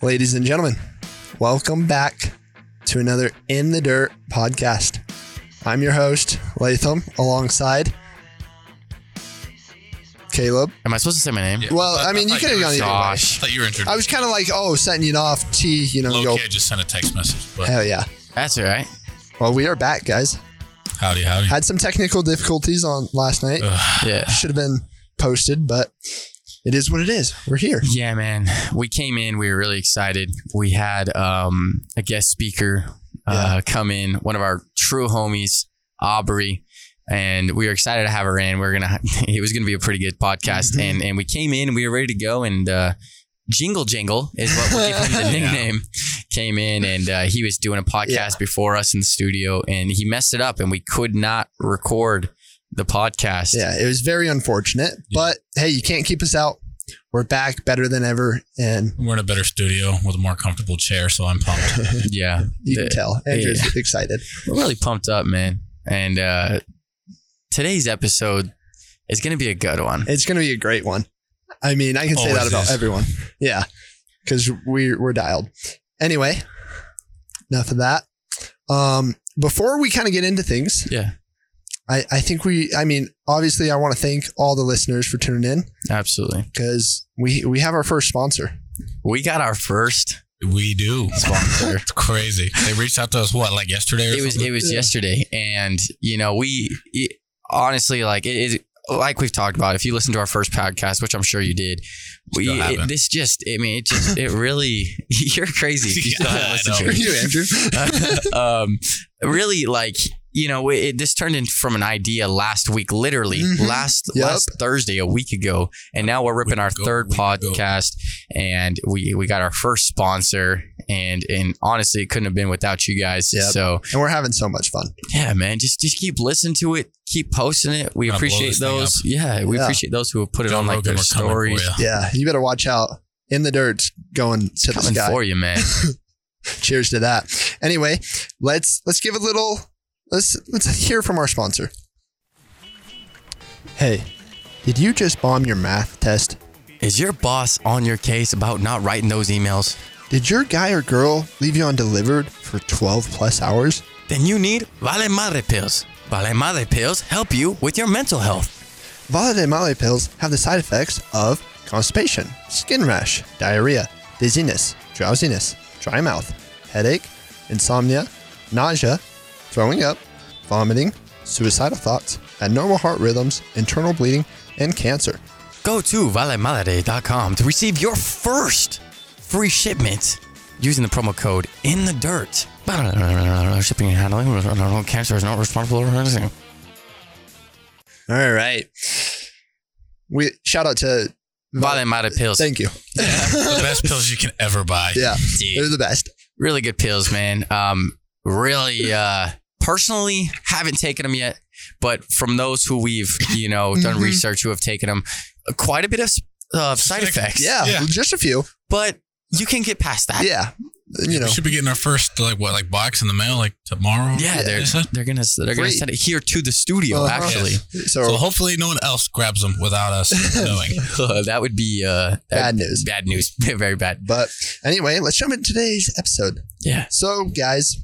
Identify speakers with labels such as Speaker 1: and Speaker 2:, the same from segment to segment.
Speaker 1: Ladies and gentlemen, welcome back to another In the Dirt podcast. I'm your host, Latham, alongside Caleb.
Speaker 2: Am I supposed to say my name?
Speaker 3: Yeah.
Speaker 1: Well,
Speaker 3: Thought-
Speaker 1: I mean, you
Speaker 3: thought
Speaker 1: could have
Speaker 3: were
Speaker 1: gone either
Speaker 3: introduced.
Speaker 2: Gosh.
Speaker 3: Thought you were
Speaker 1: I
Speaker 3: introduced.
Speaker 1: was kind of like, oh, setting you off, T, you know,
Speaker 3: Low
Speaker 1: go,
Speaker 3: key, I just sent a text message. But
Speaker 1: hell yeah.
Speaker 2: That's all right.
Speaker 1: Well, we are back, guys.
Speaker 3: howdy, howdy.
Speaker 1: Had some technical difficulties on last night.
Speaker 3: Ugh.
Speaker 2: Yeah.
Speaker 1: Should have been posted, but it is what it is. We're here.
Speaker 2: Yeah, man. We came in. We were really excited. We had um, a guest speaker uh, come in, one of our true homies, Aubrey, and we were excited to have her in. We are gonna. it was gonna be a pretty good podcast,
Speaker 1: Mhm.
Speaker 2: and and we came in. We were ready to go, and uh, Jingle Jingle is what we gave him the
Speaker 3: Yeah.
Speaker 2: nickname. Came in, and uh, he was doing a podcast
Speaker 1: Yeah.
Speaker 2: before us in the studio, and he messed it up, and we could not record the podcast.
Speaker 1: Yeah, it was very unfortunate, but hey, you can't keep us out. We're back better than ever, and
Speaker 3: We're in a better studio with a more comfortable chair, so I'm pumped.
Speaker 2: yeah.
Speaker 1: you can
Speaker 2: The-
Speaker 1: tell Andrew's excited.
Speaker 2: We're really pumped up, man. And uh, today's episode is going to be a good one.
Speaker 1: It's going to be a great one. I mean, I can say that
Speaker 3: Always
Speaker 1: about
Speaker 3: is.
Speaker 1: everyone. Yeah, because we're we're dialed. Anyway, enough of that. Um, before we kind of get into things,
Speaker 2: Yeah.
Speaker 1: I I think we. I mean, obviously, I want to thank all the listeners for tuning in
Speaker 2: Absolutely.
Speaker 1: because we we have our first sponsor.
Speaker 2: We got our first.
Speaker 3: we do.
Speaker 2: Sponsor.
Speaker 3: It's crazy. They reached out to us what, like yesterday or
Speaker 2: It was
Speaker 3: something?
Speaker 2: it was
Speaker 1: Yeah.
Speaker 2: yesterday, and you know we it, honestly like it, it like we've talked about. If you listen to our first podcast, which I'm sure you did, we
Speaker 3: Still
Speaker 2: it,
Speaker 3: haven't.
Speaker 2: this just I mean it just it really you're crazy. If you still
Speaker 3: Yeah,
Speaker 2: haven't
Speaker 3: I
Speaker 2: listened to
Speaker 3: know.
Speaker 2: it.
Speaker 1: For you, Andrew.
Speaker 2: um, really like you know it, this turned in from an idea last week literally
Speaker 1: Mhm.
Speaker 2: last
Speaker 1: Yep.
Speaker 2: last thursday a week ago and now we're ripping
Speaker 3: Week
Speaker 2: our
Speaker 3: ago,
Speaker 2: third
Speaker 3: week ago.
Speaker 2: podcast and we we got our first sponsor and and honestly it couldn't have been without you guys
Speaker 1: Yep.
Speaker 2: so
Speaker 1: and we're having so much fun.
Speaker 2: yeah man just just keep listening to it keep posting it we
Speaker 3: Gonna blow
Speaker 2: appreciate
Speaker 3: this thing
Speaker 2: those yeah we
Speaker 1: Yeah.
Speaker 2: appreciate those who have put it
Speaker 3: Joe
Speaker 2: on like their
Speaker 3: Rogan, we're coming for
Speaker 2: stories
Speaker 3: ya.
Speaker 1: Yeah, you better watch out. In the dirt's going to the
Speaker 2: coming
Speaker 1: sky.
Speaker 2: for you man
Speaker 1: Cheers to that. Anyway, let's let's give a little let's let's hear from our sponsor. Hey, did you just bomb your math test?
Speaker 2: is your boss on your case about not writing those emails
Speaker 1: Did your guy or girl leave you undelivered for 12 plus hours?
Speaker 2: then you need Vale Madre pills. Vale Madre pills help you with your mental health.
Speaker 1: Vale de Male pills have the side effects of constipation, skin rash, diarrhea, dizziness, drowsiness, dry mouth, headache, insomnia, nausea, throwing up, vomiting, suicidal thoughts, abnormal heart rhythms, internal bleeding, and cancer.
Speaker 2: Go to valemadre.com to receive your first free shipment using the promo code in the dirt. Shipping and handling. Cancer is not responsible for anything.
Speaker 1: All right. We shout out to
Speaker 2: Vale Madre pills.
Speaker 1: Thank you.
Speaker 3: the best pills you can ever buy.
Speaker 1: Yeah,
Speaker 2: Dude.
Speaker 1: they're the best.
Speaker 2: really good pills, man. Um, really, uh, personally haven't taken them yet, but from those who we've, you know, done
Speaker 1: Mhm.
Speaker 2: research who have taken them, quite a bit of uh, side effects.
Speaker 1: Yeah,
Speaker 3: Yeah.
Speaker 1: just a few.
Speaker 2: but you can get past that.
Speaker 1: Yeah, you know.
Speaker 3: We should be getting our first like what like box in the mail like tomorrow.
Speaker 2: Yeah, they're
Speaker 3: Is it?
Speaker 2: they're gonna they're gonna
Speaker 1: Free.
Speaker 2: send it here to the studio.
Speaker 1: Uh-huh.
Speaker 2: Actually,
Speaker 3: So
Speaker 1: So
Speaker 3: hopefully no one else grabs them without us knowing.
Speaker 2: that would be uh, that-
Speaker 1: bad news.
Speaker 2: Bad news. Very bad.
Speaker 1: But anyway, let's jump into today's episode.
Speaker 2: Yeah.
Speaker 1: So, guys,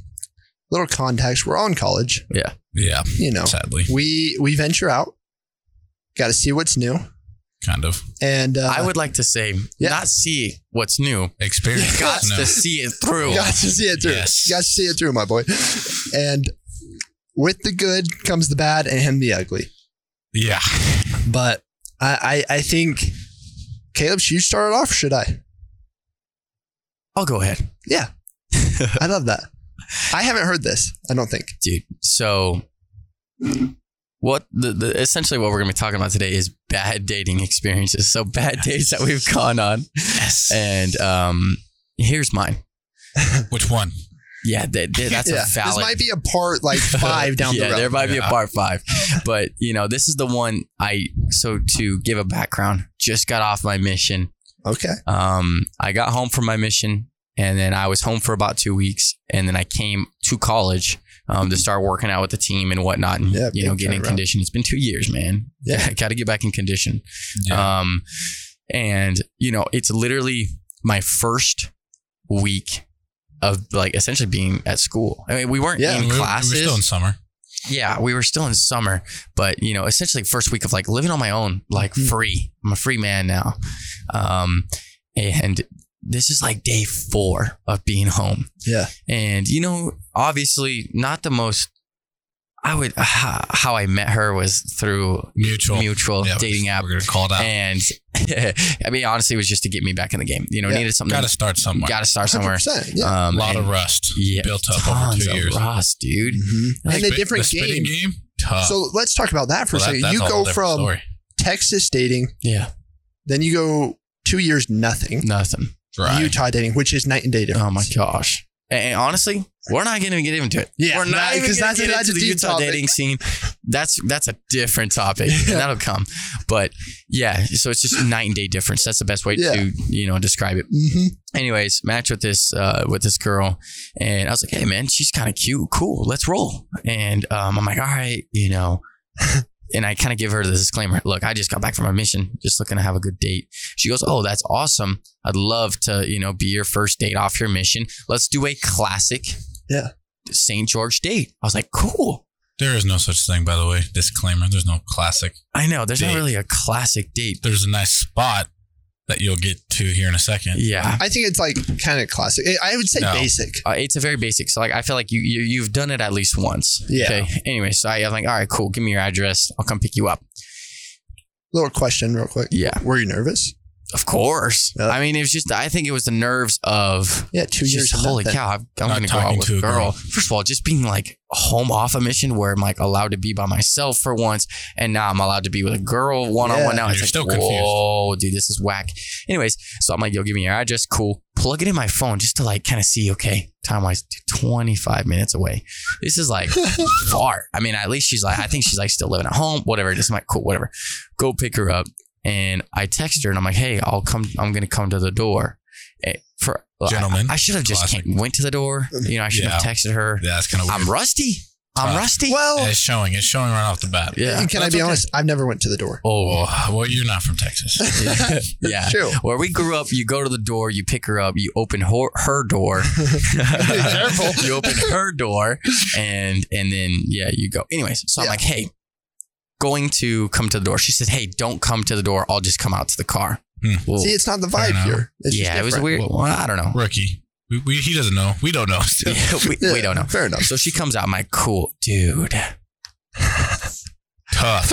Speaker 1: little context. We're all in college.
Speaker 3: Yeah,
Speaker 1: You know,
Speaker 3: sadly,
Speaker 1: we we venture out. Got to see what's new,
Speaker 3: kind of
Speaker 1: and uh,
Speaker 2: I would like to say
Speaker 1: Yeah.
Speaker 2: not see what's new.
Speaker 3: experience.
Speaker 2: Got
Speaker 3: No.
Speaker 2: to see it through.
Speaker 1: got to see it through.
Speaker 3: Yes.
Speaker 1: Got to see it through, my boy. And with the good comes the bad and the ugly.
Speaker 3: Yeah,
Speaker 1: But I I, I think Caleb, should you start it off? Or should I?
Speaker 2: I'll go ahead.
Speaker 1: I love that. I haven't heard this. I don't think.
Speaker 2: dude. So what the, the essentially what we're gonna be talking about today is bad dating experiences. So bad dates that we've gone on. Yes. And um, here's mine.
Speaker 3: which one?
Speaker 2: Yeah, that, that- that's
Speaker 1: yeah.
Speaker 2: a valid.
Speaker 1: This might be a part like five down
Speaker 2: yeah,
Speaker 1: the road.
Speaker 2: there might be a
Speaker 3: Yeah.
Speaker 2: part five, but you know this is the one I. So to give a background, just got off my mission.
Speaker 1: Okay.
Speaker 2: Um, I got home from my mission and then I was home for about two weeks and then I came to college um, to start working out with the team and whatnot and,
Speaker 1: Mm-hmm. Yeah,
Speaker 2: you know,
Speaker 1: big
Speaker 2: getting in
Speaker 1: turnaround.
Speaker 2: condition. It's been two years, man.
Speaker 1: Yeah.
Speaker 2: Yeah. Got to get back in condition. Um, and you know, it's literally my first week of like essentially being at school. I mean, we weren't
Speaker 1: Yeah,
Speaker 2: in
Speaker 3: we were,
Speaker 2: classes.
Speaker 3: We were still in summer.
Speaker 2: yeah, we were still in summer, but you know, essentially first week of like living on my own, like
Speaker 3: Hmm.
Speaker 1: Mhm.
Speaker 2: free. I'm a free man now. Um, and this is like day four of being home.
Speaker 1: Yeah.
Speaker 2: And you know, obviously not the most I would uh, how I met her was through
Speaker 3: Mutual.
Speaker 2: mutual
Speaker 3: Yeah,
Speaker 2: dating app
Speaker 3: We're going to call it out.
Speaker 2: and I mean, honestly, it was just to get me back in the game. You know,
Speaker 1: Yeah.
Speaker 2: needed something.
Speaker 3: Got to start somewhere.
Speaker 2: Gotta start somewhere.
Speaker 1: 100%, yeah.
Speaker 2: Um,
Speaker 3: a lot
Speaker 2: and-
Speaker 3: of rust
Speaker 2: yeah,
Speaker 3: built up over
Speaker 2: tons
Speaker 3: two
Speaker 2: of
Speaker 3: years.
Speaker 2: rust, dude.
Speaker 1: Mhm.
Speaker 2: Like,
Speaker 1: and the
Speaker 3: Spit-
Speaker 1: different
Speaker 3: the
Speaker 1: game.
Speaker 3: spitting game. Tough.
Speaker 1: So let's talk about that for
Speaker 3: Uh, Well,
Speaker 1: a second.
Speaker 3: that- that's
Speaker 1: You
Speaker 3: a
Speaker 1: go
Speaker 3: whole different
Speaker 1: from
Speaker 3: story.
Speaker 1: Texas dating,
Speaker 2: Yeah,
Speaker 1: then you go two years nothing,
Speaker 2: nothing.
Speaker 3: Dry.
Speaker 1: Utah dating, which is night and day difference.
Speaker 2: Oh my gosh. And, and honestly, we're not gonna get into it.
Speaker 1: Yeah,
Speaker 2: we're
Speaker 1: nah,
Speaker 2: not even
Speaker 1: 'cause
Speaker 2: gonna
Speaker 1: that's-
Speaker 2: get
Speaker 1: that's
Speaker 2: into
Speaker 1: a
Speaker 2: the
Speaker 1: deep
Speaker 2: Utah
Speaker 1: topic.
Speaker 2: dating scene. That's that's a different topic.
Speaker 1: Yeah.
Speaker 2: And that'll come. But yeah, so it's just night and day difference. That's the best way
Speaker 1: Yeah.
Speaker 2: to you know describe it.
Speaker 1: hmm
Speaker 2: anyways, match with this uh, with this girl, and I was like, hey man, she's kind of cute, cool, let's roll. And um, I'm like, all right, you know. And I kind of give her the disclaimer. Look, I just got back from my mission, just looking to have a good date. She goes, "Oh, that's awesome. I'd love to, you know, be your first date off your mission. Let's do a classic,
Speaker 1: Yeah.
Speaker 2: St. George date." I was like, "Cool.
Speaker 3: There is no such thing, by the way. Disclaimer: There's no classic.
Speaker 2: I know. There's not
Speaker 3: Date.
Speaker 2: really a classic date.
Speaker 3: There's a nice spot that you'll get to here in a second.
Speaker 2: Yeah,
Speaker 1: I think it's like kind of classic. I- I would say
Speaker 3: No.
Speaker 1: basic.
Speaker 2: uh, it's a very basic. So like, I feel like you, you you've done it at least once.
Speaker 1: Yeah.
Speaker 2: Okay. Anyway, so I, I'm like, all right, cool. Give me your address. I'll come pick you up.
Speaker 1: Little question, real quick.
Speaker 2: Yeah.
Speaker 1: Were you nervous?
Speaker 2: Of course.
Speaker 1: Yeah.
Speaker 2: I mean, it was just. I think it was the nerves of.
Speaker 1: Yeah, two years.
Speaker 2: Just, holy
Speaker 1: nothing.
Speaker 2: cow! I'm, I'm
Speaker 3: Not
Speaker 2: gonna go out
Speaker 3: talking
Speaker 2: with
Speaker 3: to
Speaker 2: a
Speaker 3: a
Speaker 2: girl.
Speaker 3: girl.
Speaker 2: First of all, just being like home off a mission where I'm like allowed to be by myself for once, and now I'm allowed to be with a girl one on one.
Speaker 1: Yeah.
Speaker 2: Now
Speaker 3: And
Speaker 2: it's
Speaker 3: you're
Speaker 2: like,
Speaker 3: still confused.
Speaker 2: whoa, dude, this is whack. Anyways, so I'm like, yo, give me your address, cool. Plug it in my phone just to like kind of see, okay, time wise, 25 minutes away. This is like far. I mean, at least she's like, I think she's like still living at home, whatever. Just like, cool, whatever. Go pick her up. And I text her and I'm like, hey, I'll come, I'm going to come to the door. Eh, For,
Speaker 3: Gentlemen,
Speaker 2: I, I should have just
Speaker 3: classic.
Speaker 2: came, went to the door. You know, I should have
Speaker 3: Yeah.
Speaker 2: texted her.
Speaker 3: Yeah, that's kind of weird.
Speaker 2: I'm rusty. I'm
Speaker 3: Uh,
Speaker 2: rusty.
Speaker 1: well,
Speaker 3: it's showing. It's showing right off the bat.
Speaker 2: yeah.
Speaker 1: can I
Speaker 3: That's
Speaker 1: be
Speaker 3: okay.
Speaker 1: honest? I've never went to the door.
Speaker 2: Oh,
Speaker 3: Oh, well, you're not from Texas.
Speaker 2: yeah. yeah.
Speaker 1: True.
Speaker 2: Where we grew up, you go to the door, you pick her up, you open her, her door.
Speaker 1: Careful.
Speaker 2: You open her door, and and then yeah, you go. Anyways, so I'm
Speaker 1: Yeah.
Speaker 2: like, hey, going to come to the door. She said, hey, don't come to the door. I'll just come out to the car.
Speaker 3: Hmm.
Speaker 2: Well,
Speaker 1: See, it's not the
Speaker 3: I
Speaker 1: vibe
Speaker 3: don't know.
Speaker 1: here. It's just
Speaker 2: yeah, it was
Speaker 1: different.
Speaker 2: weird. Well, I don't know.
Speaker 3: Rookie. We, we, he doesn't know. We don't know. Still.
Speaker 2: we,
Speaker 1: Yeah,
Speaker 2: we don't know.
Speaker 1: Fair enough.
Speaker 2: So she comes out. I'm like, cool, dude.
Speaker 3: Tough.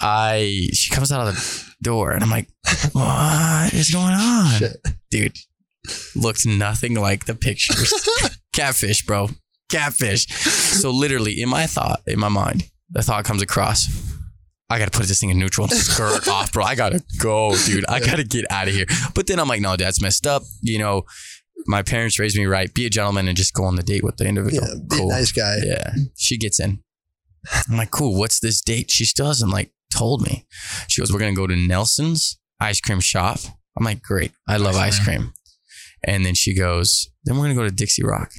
Speaker 2: I she comes out of the door and I'm like, what is going on,
Speaker 1: Shit.
Speaker 2: dude? Looked nothing like the pictures. Catfish, bro. Catfish. So literally, in my thought, in my mind, the thought comes across. I gotta put this thing in neutral and skirt off, bro. I gotta go, dude. I
Speaker 1: Yeah.
Speaker 2: gotta get out of here. But then I'm like, no, that's messed up. You know, my parents raised me right. Be a gentleman and just go on the date with the individual.
Speaker 1: Yeah, be a nice guy.
Speaker 2: Yeah. She gets in. I'm like, cool, what's this date? She still hasn't like told me. She goes, We're gonna go to Nelson's ice cream shop. I'm like, great. I love
Speaker 3: Ice
Speaker 2: ice cream. And then she goes, Then we're gonna go to Dixie Rock.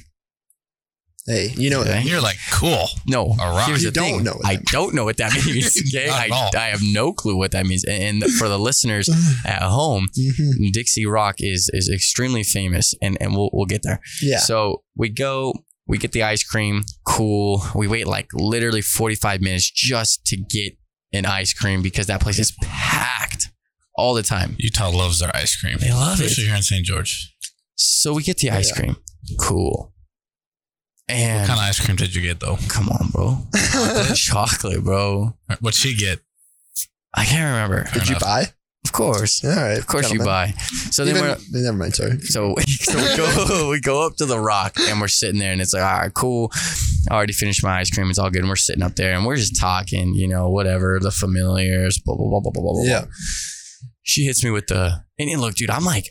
Speaker 1: Hey, you know
Speaker 2: Okay.
Speaker 1: that.
Speaker 3: And you're like, cool.
Speaker 2: No,
Speaker 3: All right.
Speaker 2: here's
Speaker 1: You
Speaker 2: the
Speaker 1: don't
Speaker 2: thing.
Speaker 1: know what
Speaker 2: I
Speaker 1: that
Speaker 2: don't know what that means. Okay,
Speaker 3: Not
Speaker 2: I,
Speaker 3: at all.
Speaker 2: I have no clue what that means. And and for the listeners at home,
Speaker 1: Mhm.
Speaker 2: Dixie Rock is is extremely famous, and and we'll we'll get there.
Speaker 1: Yeah.
Speaker 2: So we go, we get the ice cream, cool. We wait like literally 45 minutes just to get an ice cream because that place is packed all the time.
Speaker 3: Utah loves their ice cream.
Speaker 2: They love it.
Speaker 3: Especially here in St. George.
Speaker 2: So we get the ice
Speaker 1: Yeah.
Speaker 2: cream, cool. And
Speaker 3: What kind of ice cream did you get, though?
Speaker 2: come on, bro. Chocolate, bro.
Speaker 3: What'd she get?
Speaker 2: I can't remember.
Speaker 1: Did you
Speaker 3: enough.
Speaker 1: buy?
Speaker 2: Of course.
Speaker 1: All right.
Speaker 2: Of course you
Speaker 1: gentlemen.
Speaker 2: buy. So then
Speaker 1: Even-
Speaker 2: we're
Speaker 1: never mind. Sorry.
Speaker 2: So, so we go we go up to the rock and we're sitting there and it's like, all right, cool. I already finished my ice cream. It's all good. And we're sitting up there and we're just talking, you know, whatever, the familiars, blah, blah, blah, blah, blah, blah, blah.
Speaker 1: Yeah.
Speaker 2: She hits me with the, and it- look, dude, I'm like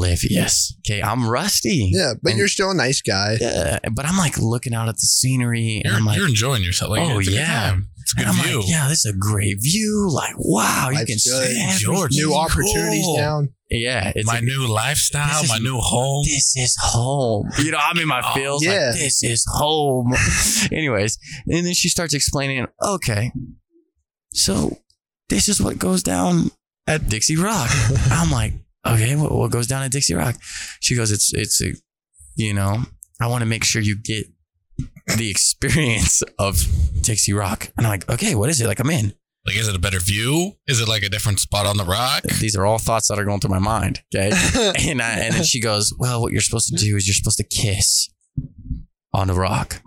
Speaker 2: oblivious. Okay. I'm rusty.
Speaker 1: Yeah, but
Speaker 2: And-
Speaker 1: you're still a nice guy.
Speaker 2: Yeah. But I'm like looking out at the scenery and
Speaker 3: You're,
Speaker 2: I'm like,
Speaker 3: you're enjoying yourself. Like,
Speaker 2: Oh,
Speaker 3: it's a good
Speaker 2: yeah.
Speaker 3: time. It's a
Speaker 2: and
Speaker 3: good
Speaker 2: I'm
Speaker 3: view.
Speaker 2: like, yeah, this is a great view. Like, wow, you
Speaker 1: Life's
Speaker 2: can
Speaker 1: good.
Speaker 2: see
Speaker 3: George.
Speaker 2: everything.
Speaker 1: New opportunities
Speaker 3: Cool.
Speaker 1: down.
Speaker 2: Yeah. It's
Speaker 3: my
Speaker 2: a-
Speaker 3: new
Speaker 2: This
Speaker 3: lifestyle,
Speaker 2: is-
Speaker 3: my new home.
Speaker 2: this is home. You know, I'm in my
Speaker 3: Oh,
Speaker 2: feels
Speaker 1: yeah.
Speaker 2: like this is home. Anyways, and then she starts explaining, okay, so this is what goes down at Dixie Rock. I'm like, okay, what, what goes down at Dixie Rock? She goes, it's it's a you know, I want to make sure you get the experience of Dixie Rock. And I'm like, okay, what is it? Like, I'm in.
Speaker 3: Like, is it a better view? Is it like a different spot on the rock?
Speaker 2: These are all thoughts that are going through my mind. Okay. And, I, and then she goes, well, what you're supposed to do is you're supposed to kiss on the rock.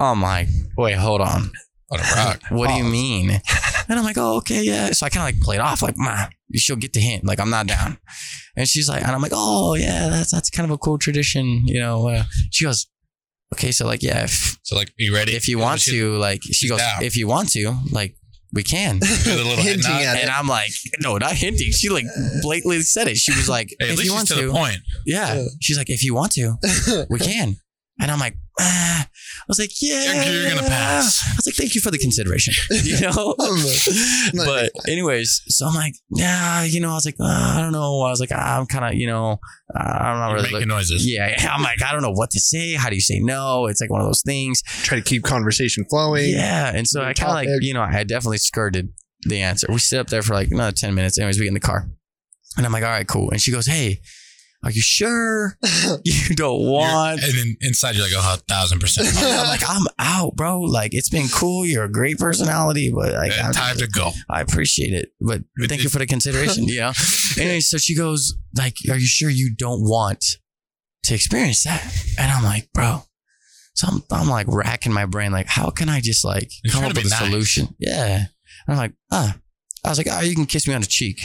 Speaker 2: I'm like, wait, hold on.
Speaker 3: On a rock.
Speaker 2: What do you
Speaker 1: Pause.
Speaker 2: mean? And I'm like, oh, okay, yeah. So I kind of like played off, like, ma, she'll get the hint. Like, I'm not down. And she's like, and I'm like, oh, yeah, that's that's kind of a cool tradition, you know. Uh, she goes, okay, so like, yeah, if,
Speaker 3: So, like, you ready?
Speaker 2: if you want
Speaker 3: She-
Speaker 2: to, like, she goes,
Speaker 3: down.
Speaker 2: if you want to, like, we can.
Speaker 3: Did a little head
Speaker 1: Hinting
Speaker 3: nod.
Speaker 1: at it.
Speaker 2: And I'm like, no, not hinting. She like blatantly said it. She was like,
Speaker 3: Hey, at
Speaker 2: if
Speaker 3: least
Speaker 2: you
Speaker 3: she's
Speaker 2: want
Speaker 3: to,
Speaker 2: to,
Speaker 3: the point.
Speaker 2: yeah.
Speaker 1: Yeah.
Speaker 2: She's like, if you want to, we can. And I'm like, ah. I was like, yeah.
Speaker 3: You're gonna pass.
Speaker 2: I was like, thank you for the consideration. You know?
Speaker 1: Not
Speaker 2: but anyways, so I'm like, yeah, you know, I was like, uh, I don't know. I was like, I'm kind of, you know, uh, I'm not
Speaker 3: You're
Speaker 2: really.
Speaker 3: making noises.
Speaker 2: yeah, yeah. I'm like, I don't know what to say. How do you say no? It's like one of those things.
Speaker 1: Try to keep conversation flowing.
Speaker 2: Yeah. And so
Speaker 1: Little
Speaker 2: I kind of like,
Speaker 1: topic.
Speaker 2: you know, I definitely skirted the answer. We sit up there for like another 10 minutes. Anyways, we get in the car. And I'm like, all right, cool. And she goes, hey, are you sure you don't
Speaker 3: You're-
Speaker 2: want?
Speaker 3: And then inside, you're like, oh, a thousand percent.
Speaker 2: I'm like, I'm out, bro. Like, it's been cool. You're a great personality, but like,
Speaker 3: Yeah,
Speaker 2: I'm-
Speaker 3: "Eh, time to go.
Speaker 2: I appreciate it, but
Speaker 3: It-
Speaker 2: thank you for the consideration. You know. anyway, so she goes like, "Are you sure you don't want to experience that?" And I'm like, "Bro." So I'm, I'm like racking my brain, like, how can I just like
Speaker 3: You're
Speaker 2: come
Speaker 3: trying
Speaker 2: up
Speaker 3: to
Speaker 2: with
Speaker 3: be
Speaker 2: a
Speaker 3: nice.
Speaker 2: solution? Yeah. And I'm like, ah. I was like, oh, you can kiss me on the cheek.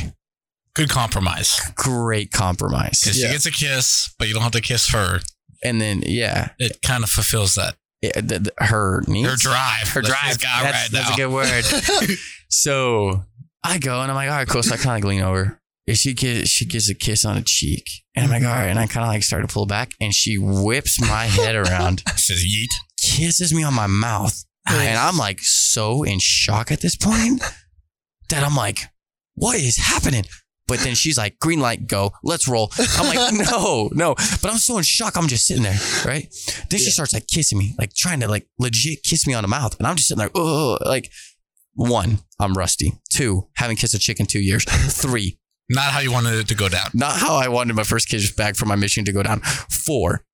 Speaker 3: Good compromise.
Speaker 2: Great compromise.
Speaker 3: Because
Speaker 1: Yeah.
Speaker 3: she gets a kiss, but you don't have to kiss her.
Speaker 2: And then, yeah,
Speaker 3: It kind of fulfills that.
Speaker 2: it, th- th- her needs.
Speaker 3: Her drive.
Speaker 2: Her
Speaker 3: that
Speaker 2: drive.
Speaker 3: she's got
Speaker 2: that's,
Speaker 3: right
Speaker 2: that's
Speaker 3: now.
Speaker 2: a good word. So I go and I'm like, all right, cool. So I kind of lean over. And she gives she gives a kiss on the cheek, and I'm like, all right. And I kind of like start to pull back, and she whips my head around,
Speaker 3: Says yeet.
Speaker 2: kisses me on my mouth, and I'm like so in shock at this point that I'm like, what is happening? But then she's like, green light, go, let's roll. I'm like, no, no. But I'm so in shock. I'm just sitting there, right? Then she
Speaker 1: Yeah.
Speaker 2: starts like kissing me, like trying to like legit kiss me on the mouth. And I'm just sitting there, oh, like, one, I'm rusty. Two, haven't kissed a chick in two years. Three,
Speaker 3: Not how you wanted it to go down.
Speaker 2: not how I wanted my first kiss back from my mission to go down. Four,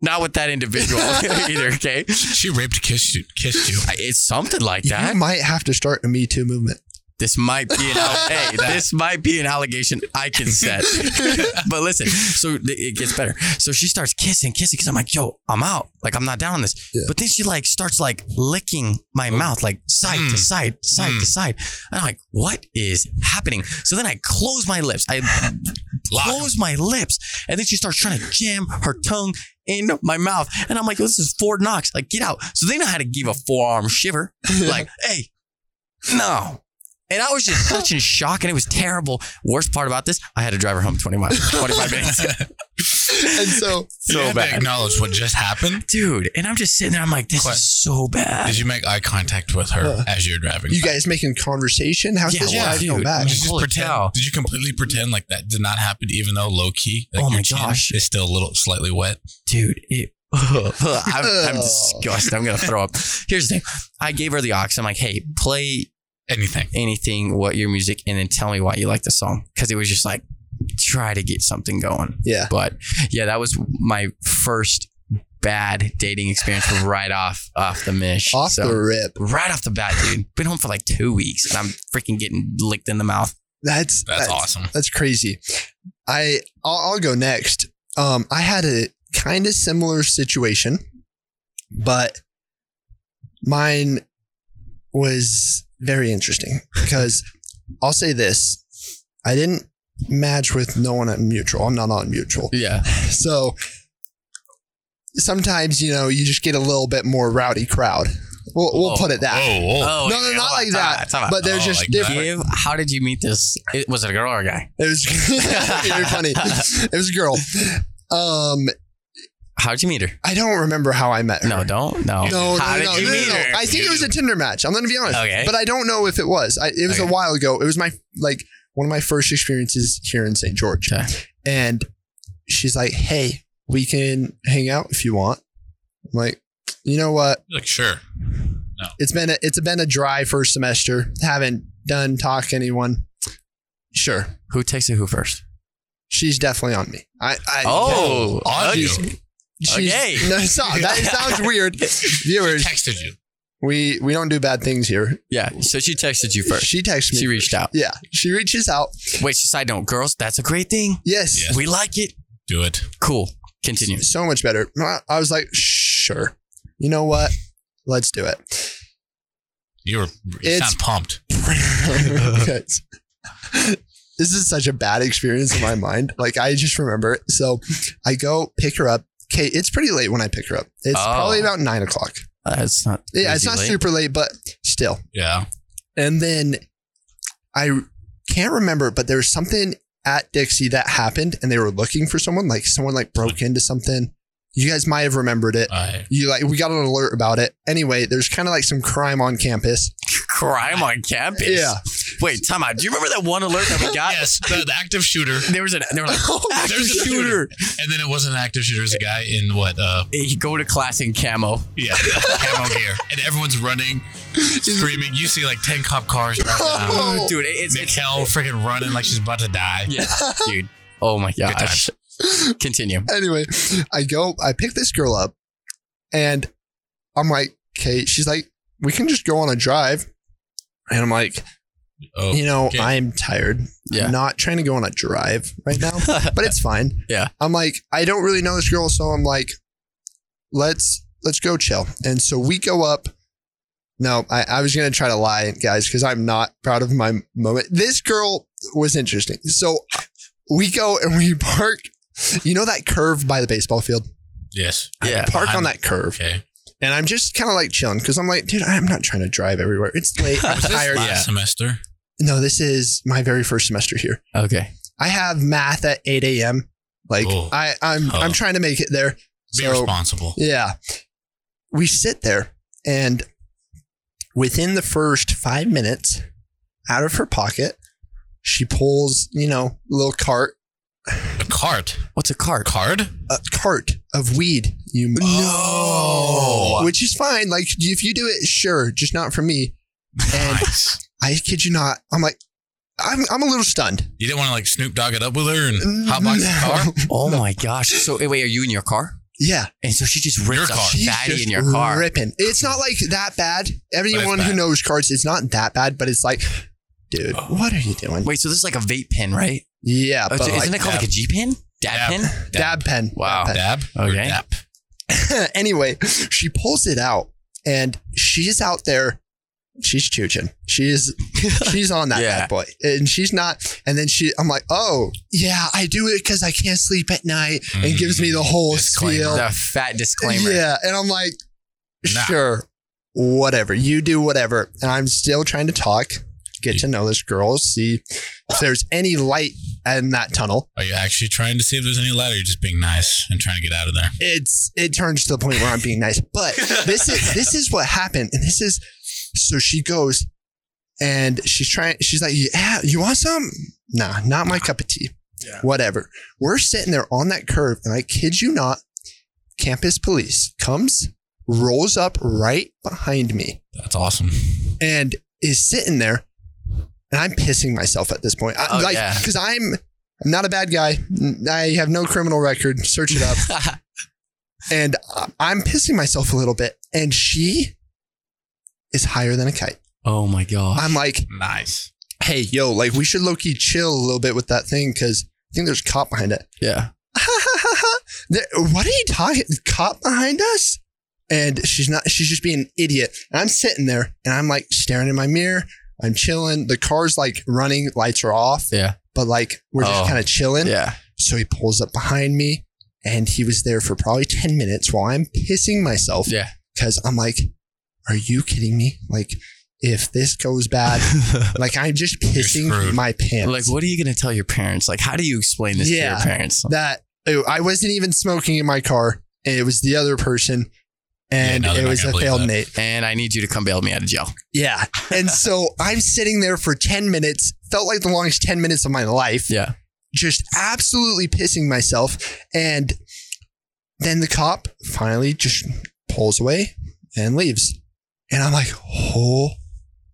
Speaker 2: not with that individual either, okay?
Speaker 3: She raped, kissed you. Kissed you.
Speaker 2: I- It's something like that.
Speaker 1: You might have to start a Me Too movement.
Speaker 2: this might be an hey, this might be an allegation I can set. but listen, so th- it gets better. So she starts kissing, kissing, because I'm like, yo, I'm out. Like I'm not down on this.
Speaker 1: Yeah.
Speaker 2: But then she like starts like licking my mouth, like side to
Speaker 3: Mm.
Speaker 2: side, side to side. And I'm like, what is happening? So then I close my lips. I
Speaker 3: Lock.
Speaker 2: close my lips. And then she starts trying to jam her tongue in my mouth. And I'm like, this is Ford Knox. Like, get out. So they know how to give a forearm shiver. Like, hey, no. And I was just such in shock and it was terrible. Worst part about this, I had to drive her home 20 miles, 25 minutes.
Speaker 1: and so
Speaker 3: you
Speaker 2: So
Speaker 3: had to
Speaker 2: bad.
Speaker 3: acknowledge what just happened.
Speaker 2: Dude, and I'm just sitting there, I'm like, this
Speaker 3: Quick.
Speaker 2: is so bad.
Speaker 3: Did you make eye contact with her
Speaker 1: Uh,
Speaker 3: as you're driving?
Speaker 1: you guys making conversation? How's
Speaker 2: Yeah,
Speaker 1: this
Speaker 2: yeah,
Speaker 1: drive going
Speaker 2: dude.
Speaker 1: back?
Speaker 3: Did you just
Speaker 2: Holy
Speaker 3: pretend?
Speaker 2: cow.
Speaker 3: Did you completely pretend like that did not happen, even though low key? Like
Speaker 2: Oh
Speaker 3: your
Speaker 2: my
Speaker 3: chin
Speaker 2: gosh.
Speaker 3: is still a little slightly wet.
Speaker 2: Dude, it I'm,
Speaker 1: Ugh.
Speaker 2: I'm disgusted. I'm gonna throw up. Here's the thing. I gave her the ox. I'm like, hey, play
Speaker 3: Anything?
Speaker 2: anything what your music and then tell me why you like the song because it was just like try to get something going
Speaker 1: Yeah.
Speaker 2: but yeah that was my first bad dating experience right off off the mish
Speaker 1: Off
Speaker 2: So,
Speaker 1: the rip.
Speaker 2: right off the bat dude been home for like two weeks and I'm freaking getting licked in the mouth
Speaker 1: That's
Speaker 3: That's awesome.
Speaker 1: That's crazy. I I'll, I'll go next. Um, I had a kind of similar situation, but mine was very interesting because I'll say this: I didn't match with no one at mutual. I'm not on mutual,
Speaker 2: yeah
Speaker 1: so sometimes you know you just get a little bit more rowdy crowd. We'll, we'll
Speaker 2: Oh,
Speaker 1: put it that.
Speaker 3: Oh, whoa.
Speaker 2: oh
Speaker 1: no, no, not like that. but they're
Speaker 3: Oh,
Speaker 1: just
Speaker 3: like that.
Speaker 1: different.
Speaker 2: Give, how did you meet this? It, was it a girl or a guy?
Speaker 1: It was very funny. It was a girl. Um,
Speaker 2: How did you meet her?
Speaker 1: I don't remember how I met her.
Speaker 2: No, don't. No.
Speaker 1: no, no,
Speaker 2: how
Speaker 1: no,
Speaker 2: did
Speaker 1: no,
Speaker 2: you
Speaker 1: no,
Speaker 2: meet
Speaker 1: no, no.
Speaker 2: her?
Speaker 1: I think it was a Tinder match. I'm gonna be honest,
Speaker 2: Okay.
Speaker 1: but I don't know if it was. I, it was a
Speaker 2: Okay.
Speaker 1: while ago. It was my like one of my first experiences here in St. George,
Speaker 2: Okay.
Speaker 1: and she's like, "Hey, we can hang out if you want." I'm like, you know what?
Speaker 3: Like sure.
Speaker 1: It's been a, it's been a dry first semester. Haven't done talk to anyone. Sure,
Speaker 2: Who takes it who first?
Speaker 1: she's definitely on me. I, I
Speaker 2: Oh,
Speaker 3: on
Speaker 2: okay.
Speaker 3: you.
Speaker 1: she's-
Speaker 2: Okay.
Speaker 1: No, stop. That sounds weird. Viewers,
Speaker 3: Texted you.
Speaker 1: we we don't do bad things here.
Speaker 2: Yeah. So she texted you first.
Speaker 1: She texts me.
Speaker 2: She reached out.
Speaker 1: yeah, she reaches out.
Speaker 2: Wait, just side note, girls, that's a great thing.
Speaker 1: Yes,
Speaker 3: Yes.
Speaker 2: We like it.
Speaker 3: Do it.
Speaker 2: Cool. Continue.
Speaker 1: so much better. I was like, sure. You know what? Let's do it.
Speaker 3: You were you
Speaker 1: It's-
Speaker 3: sound pumped.
Speaker 1: Yes. this is such a bad experience in my mind. Like I just remember it. So I go pick her up. Okay, it's pretty late when I pick her up. It's
Speaker 2: Oh.
Speaker 1: probably about nine o'clock.
Speaker 2: Uh, it's not.
Speaker 1: Yeah, it's
Speaker 2: crazy
Speaker 1: not
Speaker 2: late.
Speaker 1: super late, but still.
Speaker 3: Yeah.
Speaker 1: And then I can't remember, but there was something at Dixie that happened and they were looking for someone, like someone like broke into something. You guys might have remembered it.
Speaker 3: I,
Speaker 1: You like we got an alert about it. Anyway, there's kind of like some crime on campus.
Speaker 2: crime on campus.
Speaker 1: Yeah.
Speaker 2: Wait, time out. Do you remember that one alert that we got?
Speaker 3: yes, the, the active shooter.
Speaker 2: There was an. They were like,
Speaker 3: There's a shooter. And then it wasn't an active shooter. It was a guy in what? Uh,
Speaker 2: He go to class in camo.
Speaker 3: yeah, camo gear. And everyone's running, screaming. You see like 10 cop cars driving down.
Speaker 1: Oh.
Speaker 2: Dude, it, it's, it's
Speaker 3: Mikkel freaking running like she's about to die.
Speaker 2: yeah, dude. Oh my gosh. Continue.
Speaker 1: anyway, I go, I pick this girl up and I'm like, okay, she's like, we can just go on a drive. And I'm like,
Speaker 3: Oh,
Speaker 1: you know,
Speaker 3: okay.
Speaker 1: I'm tired.
Speaker 2: Yeah.
Speaker 1: I'm not trying to go on a drive right now, but it's fine.
Speaker 2: Yeah.
Speaker 1: I'm like, I don't really know this girl. So I'm like, let's, let's go chill. And so we go up. No, I, I was going to try to lie, guys, because I'm not proud of my moment. This girl was interesting. So we go and we park. You know that curve by the baseball field?
Speaker 3: yes.
Speaker 2: Yeah.
Speaker 1: park
Speaker 3: I'm-
Speaker 1: on that curve.
Speaker 3: Okay.
Speaker 1: And I'm just kind of like chilling because I'm like, dude, I'm not trying to drive everywhere. It's late. I'm tired.
Speaker 3: Last semester.
Speaker 1: No, this is my very first semester here.
Speaker 2: Okay.
Speaker 1: I have math at 8 a.m. Like
Speaker 3: Oh.
Speaker 1: I, I'm,
Speaker 3: Oh.
Speaker 1: I'm trying to make it there.
Speaker 3: Be
Speaker 1: So
Speaker 3: responsible.
Speaker 1: yeah, we sit there and within the first five minutes out of her pocket, she pulls, you know, a little cart,
Speaker 3: A cart.
Speaker 2: What's a cart?
Speaker 3: Card?
Speaker 1: a cart of weed. You Oh.
Speaker 3: No.
Speaker 1: which is fine. Like if you do it, sure, just not for me. And
Speaker 3: Nice.
Speaker 1: I kid you not. I'm like, I'm, I'm a little stunned.
Speaker 3: You didn't want to like Snoop Dogg it up with her and hotbox the car?
Speaker 2: Oh my gosh. So eh, wait, are you in your car?
Speaker 1: Yeah.
Speaker 2: And so she just rips
Speaker 3: Your
Speaker 2: a
Speaker 3: car.
Speaker 1: She's
Speaker 2: fatty
Speaker 1: just
Speaker 2: in your car.
Speaker 1: Ripping. It's not like that bad. Everyone
Speaker 3: But it's
Speaker 1: who
Speaker 3: bad.
Speaker 1: knows cards, it's not that bad, but it's like, dude, what are you doing?
Speaker 2: Oh. Wait, so this is like a vape pen, right?
Speaker 1: Yeah.
Speaker 2: Oh,
Speaker 1: But
Speaker 2: isn't
Speaker 1: like,
Speaker 2: it called like a G pen? Dab
Speaker 3: Dab.
Speaker 2: pen?
Speaker 1: dab pen.
Speaker 2: Wow.
Speaker 1: Dab
Speaker 3: Dab? or
Speaker 2: Okay.
Speaker 3: Dap?
Speaker 1: pen. anyway, she pulls it out and she's out there. She's chooching. She's she's on that
Speaker 2: Yeah.
Speaker 1: bad boy, and she's not. And then she, I'm like, oh yeah, I do it because I can't sleep at night. And
Speaker 3: Mm.
Speaker 1: gives me the whole
Speaker 3: Disclaimer.
Speaker 1: spiel.
Speaker 2: The fat disclaimer.
Speaker 1: Yeah, and I'm like,
Speaker 3: Nah.
Speaker 1: sure, whatever. You do whatever. And I'm still trying to talk, get to know this girl, see if there's any light in that tunnel.
Speaker 3: Are you actually trying to see if there's any light or are you just being nice and trying to get out of there?
Speaker 1: It's it turns to the point where I'm being nice, but this is this is what happened, and this is so she goes and she's trying. She's like, yeah, you want some? Nah, not my cup of tea.
Speaker 3: Yeah.
Speaker 1: Whatever. We're sitting there on that curve, and I kid you not, campus police comes, rolls up right behind me.
Speaker 3: That's awesome.
Speaker 1: and is sitting there and I'm pissing myself at this point. I,
Speaker 2: Oh,
Speaker 1: like,
Speaker 2: yeah.
Speaker 1: cause I'm, I'm not a bad guy. N- I have no criminal record. Search it up. and I- I'm pissing myself a little bit. And she is higher than a kite.
Speaker 2: oh my gosh.
Speaker 1: I'm like,
Speaker 3: Nice.
Speaker 1: hey, yo, like we should low key chill a little bit with that thing. Cause I think there's a cop behind it.
Speaker 2: Yeah.
Speaker 1: There- what are you talking? Cop behind us? And she's not, she's just being an idiot. And I'm sitting there and I'm like staring in my mirror. I'm chilling. The car's like running, lights are off.
Speaker 2: Yeah.
Speaker 1: But like we're just
Speaker 2: Oh.
Speaker 1: kind of chilling.
Speaker 2: Yeah.
Speaker 1: So he pulls up behind me and he was there for probably 10 minutes while I'm pissing myself.
Speaker 2: Yeah.
Speaker 1: Cause I'm like, are you kidding me? Like, if this goes bad, like I'm just pissing
Speaker 3: screwed.
Speaker 1: my pants.
Speaker 2: Like, what are you going to tell your parents? Like, how do you explain this to
Speaker 1: Yeah.
Speaker 2: your parents?
Speaker 1: that oh, I wasn't even smoking in my car. and It was the other person, and
Speaker 3: Yeah, no, they're
Speaker 1: it
Speaker 3: not
Speaker 1: was
Speaker 3: gonna
Speaker 1: a
Speaker 3: believe
Speaker 1: failed
Speaker 3: that.
Speaker 1: Nate.
Speaker 2: And I need you to come bail me out of jail.
Speaker 1: Yeah. And so I'm sitting there for 10 minutes, felt like the longest 10 minutes of my life,
Speaker 2: Yeah.
Speaker 1: just absolutely pissing myself. And then the cop finally just pulls away and leaves. And I'm like,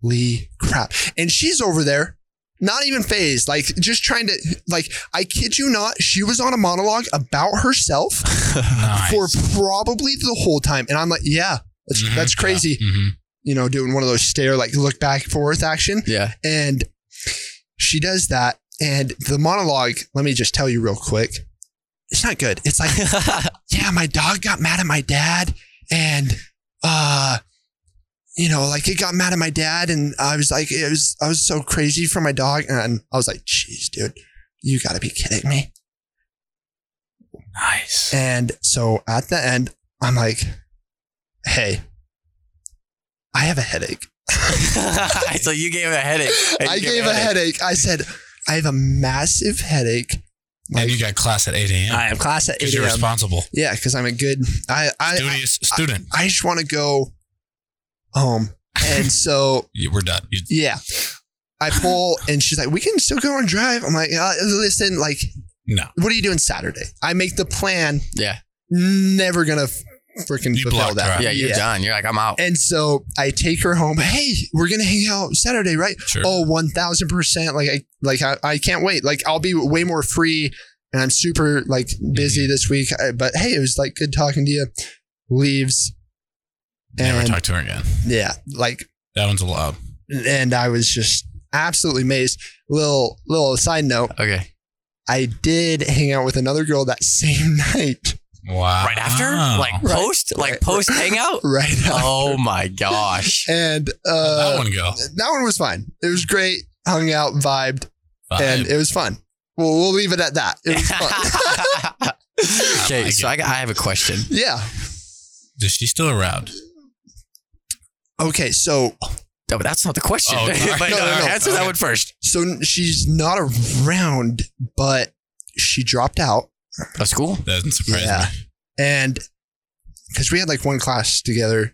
Speaker 1: holy crap. And she's over there, not even phased, like just trying to, like, I kid you not, she was on a monologue about herself
Speaker 3: Nice.
Speaker 1: for probably the whole time. And I'm like, yeah, that's,
Speaker 3: Mhm,
Speaker 1: that's
Speaker 3: yeah.
Speaker 1: crazy.
Speaker 3: Mhm.
Speaker 1: You know, doing one of those stare, like look back forth action.
Speaker 2: Yeah.
Speaker 1: And she does that. And the monologue, let me just tell you real quick, it's not good. It's like, yeah, my dog got mad at my dad and uh you know, like it got mad at my dad and I was like it was I was so crazy for my dog and I was like, "Jeez, dude, you got to be kidding me."
Speaker 3: Nice.
Speaker 1: And so at the end, I'm like, "Hey, I have a headache."
Speaker 2: so you gave a headache. You
Speaker 1: I gave a headache. I said, "I have a massive headache."
Speaker 3: and you got class at 8 a.m.
Speaker 1: I am class at
Speaker 3: Because
Speaker 1: 8
Speaker 3: you're
Speaker 1: a.m.
Speaker 3: responsible.
Speaker 1: Yeah, because I'm a good. I I I,
Speaker 3: Studious student.
Speaker 1: I just want to go home, and so
Speaker 3: You- We're done. You-
Speaker 1: Yeah. I pull and she's like, we can still go on drive. I'm like, uh, listen, like,
Speaker 3: no.
Speaker 1: what are you doing Saturday? I make the plan.
Speaker 2: Yeah.
Speaker 1: Never going to freaking
Speaker 3: You
Speaker 1: fulfill
Speaker 3: blocked her
Speaker 1: that.
Speaker 3: out.
Speaker 2: Yeah, you're done. You're like, I'm out.
Speaker 1: And so I take her home. Hey, we're going to hang out Saturday, right?
Speaker 3: Sure.
Speaker 1: Oh, 1000%. Like, I, like I, I can't wait. Like, I'll be way more free and I'm super like busy
Speaker 3: Mm-hmm.
Speaker 1: this week. I, but hey, it was like good talking to you. Leaves.
Speaker 3: Never
Speaker 1: and-
Speaker 3: talk to her again.
Speaker 1: Yeah. Like,
Speaker 3: That one's a lob.
Speaker 1: and I was just absolutely amazed. Little little side note,
Speaker 2: Okay.
Speaker 1: I did hang out with another girl that same night.
Speaker 3: Wow.
Speaker 2: Right after? Like
Speaker 1: Right.
Speaker 2: post? Like
Speaker 1: Right.
Speaker 2: post hangout?
Speaker 1: Right. now.
Speaker 2: oh my gosh.
Speaker 1: And uh,
Speaker 3: Oh, that one go.
Speaker 1: that one was fine. It was great. Hung out, vibed, Uh, and
Speaker 3: Five.
Speaker 1: it was fun. Well, we'll leave it at that. It was fun. Oh
Speaker 2: okay,
Speaker 3: like
Speaker 2: so I, got- I have a question.
Speaker 1: yeah.
Speaker 3: Is she still around?
Speaker 1: Okay. So
Speaker 2: No, but that's not the question.
Speaker 3: Oh, sorry.
Speaker 2: but
Speaker 1: No, no, no.
Speaker 2: answer that
Speaker 3: Okay.
Speaker 2: one first.
Speaker 1: so she's not around, but she dropped out.
Speaker 2: Of school?
Speaker 3: That doesn't surprise
Speaker 1: Yeah.
Speaker 3: me.
Speaker 1: And because we had like one class together,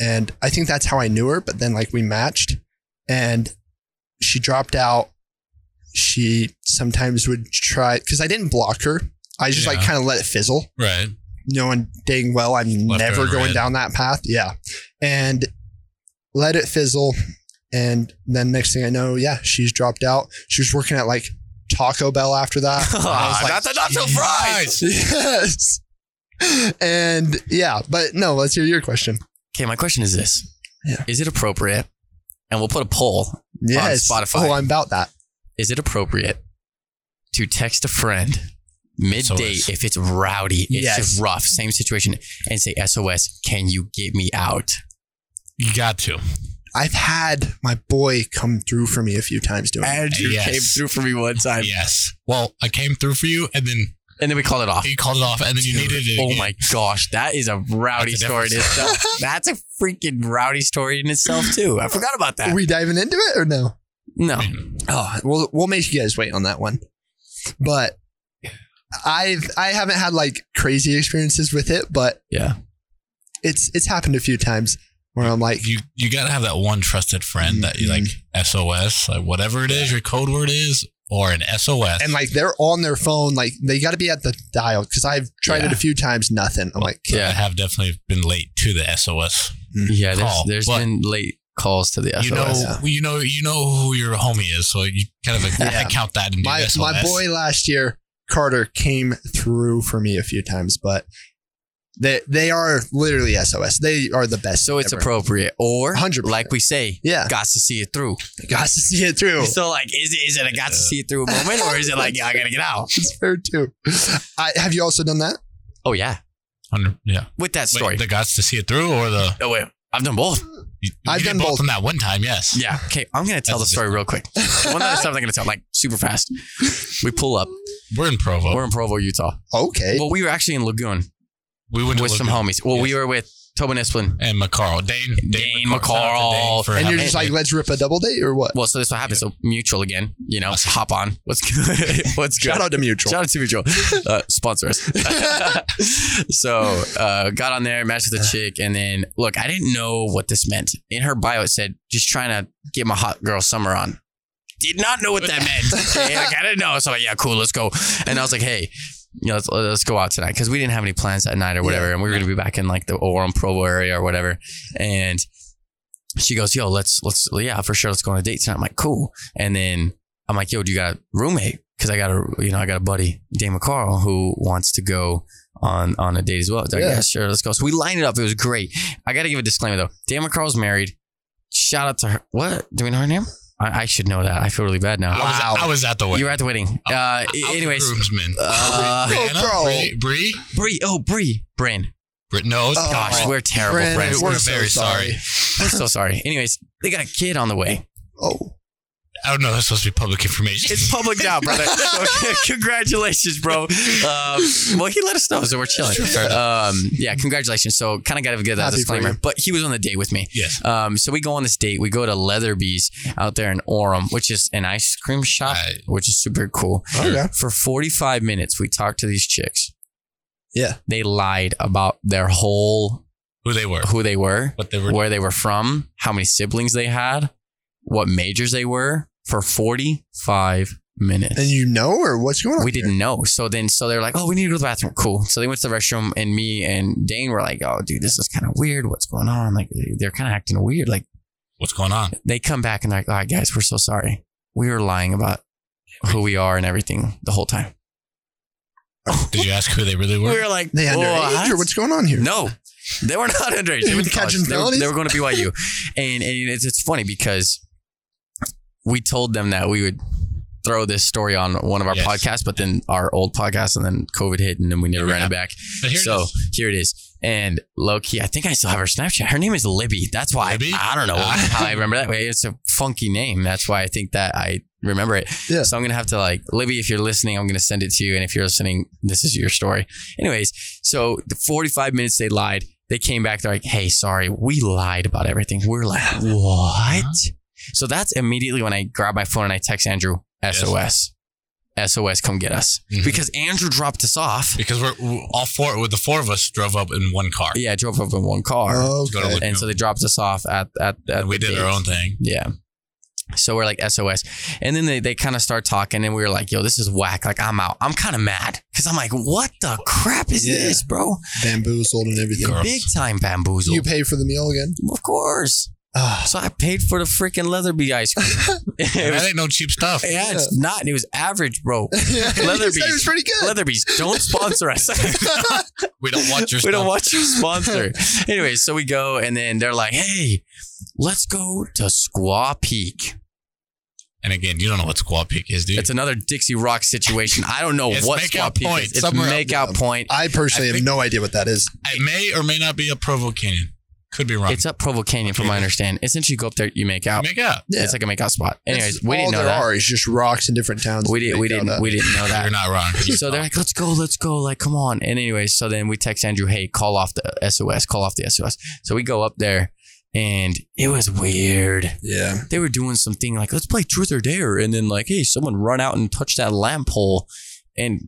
Speaker 1: and I think that's how I knew her. But then like we matched, and she dropped out. She sometimes would try because I didn't block her. I just like
Speaker 3: Yeah.
Speaker 1: kind of let it fizzle,
Speaker 3: Right.
Speaker 1: knowing dang well I'm
Speaker 3: Left her
Speaker 1: never
Speaker 3: in
Speaker 1: going
Speaker 3: red.
Speaker 1: down that path. Yeah, and let it fizzle, and then next thing I know, yeah, she's dropped out. She was working at like Taco Bell after that. And I was like,
Speaker 2: Not the nacho
Speaker 3: Jesus.
Speaker 2: fries.
Speaker 1: yes. And yeah, but no, let's hear your question.
Speaker 2: Okay, my question is this:
Speaker 1: Yeah.
Speaker 2: Is it appropriate? And we'll put a poll.
Speaker 1: Yes.
Speaker 2: Spotify.
Speaker 1: Oh, I'm about that.
Speaker 2: Is it appropriate to text a friend
Speaker 3: SOS.
Speaker 2: midday if it's rowdy, it's
Speaker 1: Yes.
Speaker 2: rough, same situation, and say SOS? Can you get me out?
Speaker 3: You got to.
Speaker 1: I've had my boy come through for me a few times doing that.
Speaker 2: Andrew
Speaker 3: Yes.
Speaker 2: came through for me one time,
Speaker 3: Yes. Well, I came through for you, and then
Speaker 2: and then we called it off.
Speaker 3: you called it off, and then you needed it.
Speaker 2: Oh
Speaker 3: again.
Speaker 2: my gosh, that is a rowdy
Speaker 3: That's a
Speaker 2: story in
Speaker 3: different-
Speaker 2: itself. That's a freaking rowdy story in itself too. I forgot about
Speaker 1: Are
Speaker 2: that.
Speaker 1: we diving into it or no?
Speaker 2: No,
Speaker 3: I mean,
Speaker 1: Oh, we'll we'll make you guys wait on that one. But I've I haven't had like crazy experiences with it, but
Speaker 2: Yeah.
Speaker 1: It's it's happened a few times where I'm like,
Speaker 3: you you gotta have that one trusted friend that you like SOS, like whatever it is, your code word is, or an SOS.
Speaker 1: and like they're on their phone, like they got to be at the dial because I've tried it
Speaker 2: Yeah.
Speaker 1: a few times, nothing. I'm like,
Speaker 3: I
Speaker 2: yeah,
Speaker 3: have definitely been late to the SOS.
Speaker 2: yeah.
Speaker 3: Call,
Speaker 2: There's, there's
Speaker 3: but-
Speaker 2: been late calls to the SOS.
Speaker 3: You know,
Speaker 1: Yeah.
Speaker 3: you know, you know who your homie is, so you kind of like
Speaker 1: Yeah.
Speaker 3: account that and do
Speaker 1: my
Speaker 3: SOS.
Speaker 1: my boy last year, Carter came through for me a few times, but they they are literally SOS. They are the best.
Speaker 2: So it's
Speaker 1: ever.
Speaker 2: appropriate, or
Speaker 1: 100%.
Speaker 2: like we say,
Speaker 1: Yeah,
Speaker 2: got to see it through.
Speaker 1: got to see it through.
Speaker 2: So like, is it is it a got to see it through moment, or is it like, yeah, I gotta get out?
Speaker 1: It's fair too. I, have you also done that?
Speaker 2: Oh yeah,
Speaker 3: Hundred- yeah,
Speaker 2: with that
Speaker 3: Wait,
Speaker 2: story.
Speaker 3: the guts to see it through, or the
Speaker 2: oh wait, I've done both.
Speaker 3: you,
Speaker 1: I've
Speaker 3: you
Speaker 1: done
Speaker 3: did
Speaker 1: both.
Speaker 3: on that one time. Yes,
Speaker 2: Yeah. Okay, I'm gonna tell
Speaker 3: That's
Speaker 2: the story real quick. One other stuff I'm gonna tell, like super fast. We pull up.
Speaker 3: we're in Provo.
Speaker 2: We're in Provo, Utah.
Speaker 1: Okay.
Speaker 2: Well, we were actually in Lagoon.
Speaker 3: we went to
Speaker 2: with
Speaker 3: Laguna
Speaker 2: some homies. Well, we were with Tobin Esplin.
Speaker 3: and McCarl, Dane,
Speaker 2: Dane
Speaker 3: Shout out to
Speaker 2: McCarl.
Speaker 3: for
Speaker 1: and you're
Speaker 3: having-
Speaker 1: just like, let's rip a double date or what?
Speaker 2: Well, so this what happens. So mutual again, you know, hop on. What's good? What's good?
Speaker 1: Shout out to mutual.
Speaker 2: Shout out to mutual. Uh, sponsor us. so uh, got on there, matched
Speaker 1: Uh-huh.
Speaker 2: with a chick, and then look, I didn't know what this meant. In her bio, it said just trying to get my hot girl summer on. Did not know what that meant. Okay, like, I didn't know. So I'm like, yeah, cool, let's go. And I was like, hey, you know, let's, let's go out tonight because we didn't have any plans that night or whatever, and we were gonna be back in like the Orem Provo area or whatever. And she goes, yo, let's let's yeah for sure, let's go on a date tonight. I'm like, cool. And then I'm like, yo, do you got a roommate? Because I got a you know I got a buddy Dave McCarl who wants to go on on a date as well. It's like,
Speaker 1: Yeah.
Speaker 2: yeah. sure, let's go. So we lined it up. It was great. I got to give a disclaimer though. Dan McCarl's married. Shout out to her. What do we know her name? I, I should know that. I feel really bad now.
Speaker 3: I was I was at the wedding.
Speaker 2: You were at the wedding. Uh,
Speaker 3: I- I was the
Speaker 2: anyways,
Speaker 3: groomsman.
Speaker 2: uh,
Speaker 3: Brianna,
Speaker 1: bro.
Speaker 3: Bree, Bree,
Speaker 2: Bree. Oh, Bree. Bryn.
Speaker 3: Bri- no,
Speaker 1: Oh,
Speaker 2: Gosh,
Speaker 1: Oh,
Speaker 2: we're terrible
Speaker 1: Bryn,
Speaker 2: friends.
Speaker 1: we're
Speaker 2: We're,
Speaker 1: so
Speaker 3: very sorry.
Speaker 2: so sorry. Anyways, they got a kid on the way.
Speaker 1: Oh,
Speaker 3: I don't know. That's supposed to be public information.
Speaker 2: It's public now, brother. So, congratulations, bro. Um, well, he let us know, so we're chilling. Um, yeah, congratulations. So, kind of got to give that
Speaker 1: Happy for
Speaker 2: disclaimer.
Speaker 1: you.
Speaker 2: But he was on the date with me.
Speaker 3: yes.
Speaker 2: Um, so we go on this date. We go to Leatherby's out there in Orem, which is an ice cream shop,
Speaker 3: Right.
Speaker 2: which is super cool.
Speaker 1: okay.
Speaker 2: For 45 minutes, we talked to these chicks.
Speaker 1: Yeah.
Speaker 2: They lied about their whole
Speaker 3: Who they were.
Speaker 2: who they were,
Speaker 3: What they were.
Speaker 2: where they were from, how many siblings they had, what majors they were for 45 minutes.
Speaker 1: And you know, or what's going on?
Speaker 2: we
Speaker 1: here?
Speaker 2: didn't know. So then, so they were like, "Oh, we need to go to the bathroom." Cool. So they went to the restroom, and me and Dane were like, "Oh, dude, this is kind of weird. What's going on? Like, they're kind of acting weird." Like,
Speaker 3: What's going on?
Speaker 2: they come back and they're like, "All right, guys, we're so sorry. We were lying about who we are and everything the whole time."
Speaker 3: Did you ask who they really
Speaker 2: We
Speaker 3: were?
Speaker 2: were like,
Speaker 1: They underage,
Speaker 2: "What?"
Speaker 1: or what's going on here?
Speaker 2: No, they were not underage. They were,
Speaker 1: Catching
Speaker 2: college. they, were,
Speaker 1: felonies?
Speaker 2: they were going to BYU, and and it's, it's funny because we told them that we would throw this story on one of our
Speaker 3: Yes.
Speaker 2: podcasts, but then our old podcast, and then COVID hit, and then we never
Speaker 3: Never
Speaker 2: ran it back.
Speaker 3: But here it
Speaker 2: so
Speaker 3: is.
Speaker 2: here it is. And low key, I think I still have her Snapchat. Her name is Libby. That's why
Speaker 3: Libby?
Speaker 2: I, I don't know
Speaker 3: Ah.
Speaker 2: how I remember that way. It's a funky name. That's why I think that I remember it.
Speaker 1: Yeah.
Speaker 2: So I'm gonna have to like Libby. If you're listening, I'm gonna send it to you. And if you're listening, this is your story. Anyways, so the 45 minutes they lied. They came back. They're like, "Hey, sorry, we lied about everything." We're like,
Speaker 3: Uh-huh.
Speaker 2: "What?" So that's immediately when I grab my phone and I text Andrew,
Speaker 3: Yes.
Speaker 2: "SOS, SOS, come get us,"
Speaker 3: Mhm.
Speaker 2: because Andrew dropped us off.
Speaker 3: because we're we're- all four with the four of us drove up in one car.
Speaker 2: Yeah, I drove up in one car.
Speaker 3: Go to
Speaker 1: Okay.
Speaker 3: look-
Speaker 2: and so they dropped us off at at, at
Speaker 3: And we
Speaker 2: the
Speaker 3: did
Speaker 2: gate.
Speaker 3: our own thing.
Speaker 2: yeah so we're like SOS. And then they, they kind of start talking and we were like, yo, this is whack. Like, I'm out. I'm kind of mad because I'm like, what the crap is
Speaker 1: Yeah.
Speaker 2: this, bro?
Speaker 1: Bamboozled and everything.
Speaker 3: Girl.
Speaker 2: Big time bamboozled.
Speaker 1: You paid for the meal again.
Speaker 2: of course.
Speaker 1: Ah,
Speaker 2: So I paid for the freaking Leatherby ice cream. It
Speaker 3: That
Speaker 2: was-
Speaker 3: ain't no cheap stuff.
Speaker 2: yeah, it's not. It was average, bro.
Speaker 1: Leatherbees. It was pretty good.
Speaker 2: Leatherby's, don't sponsor us.
Speaker 3: We don't want your
Speaker 2: we don't
Speaker 3: stuff.
Speaker 2: watch your sponsor. anyway, so we go and then they're like, hey, let's go to Squaw Peak.
Speaker 3: and again, you don't know what Squaw Peak is, dude.
Speaker 2: It's another Dixie Rock situation. I don't know
Speaker 3: It's
Speaker 2: what
Speaker 3: make
Speaker 2: Squaw
Speaker 3: out
Speaker 2: Peak
Speaker 3: point
Speaker 2: is. It's
Speaker 3: somewhere up
Speaker 2: make out
Speaker 1: there.
Speaker 2: point.
Speaker 1: I personally
Speaker 3: I
Speaker 1: have
Speaker 3: think-
Speaker 1: no idea what that is.
Speaker 3: it may or may not be a Provo Canyon. Could be wrong.
Speaker 2: It's up Provo Canyon, from my understanding. Essentially, you go up there, you make out.
Speaker 3: Make out.
Speaker 1: Yeah.
Speaker 2: It's like a make out spot.
Speaker 1: That's
Speaker 2: Anyways, we didn't
Speaker 1: all
Speaker 2: know
Speaker 1: there
Speaker 2: that.
Speaker 1: are is just rocks in different towns.
Speaker 2: We didn't. We
Speaker 1: They know
Speaker 2: didn't.
Speaker 1: that.
Speaker 2: We didn't know
Speaker 3: You're
Speaker 2: that.
Speaker 3: not wrong.
Speaker 2: So they're like, let's go, let's go, like, come on. And anyway, so then we text Andrew, hey, call off the SOS, call off the SOS. So we go up there, and it was weird.
Speaker 1: yeah.
Speaker 2: they were doing something like let's play truth or dare and then like hey someone run out and touch that lamp pole and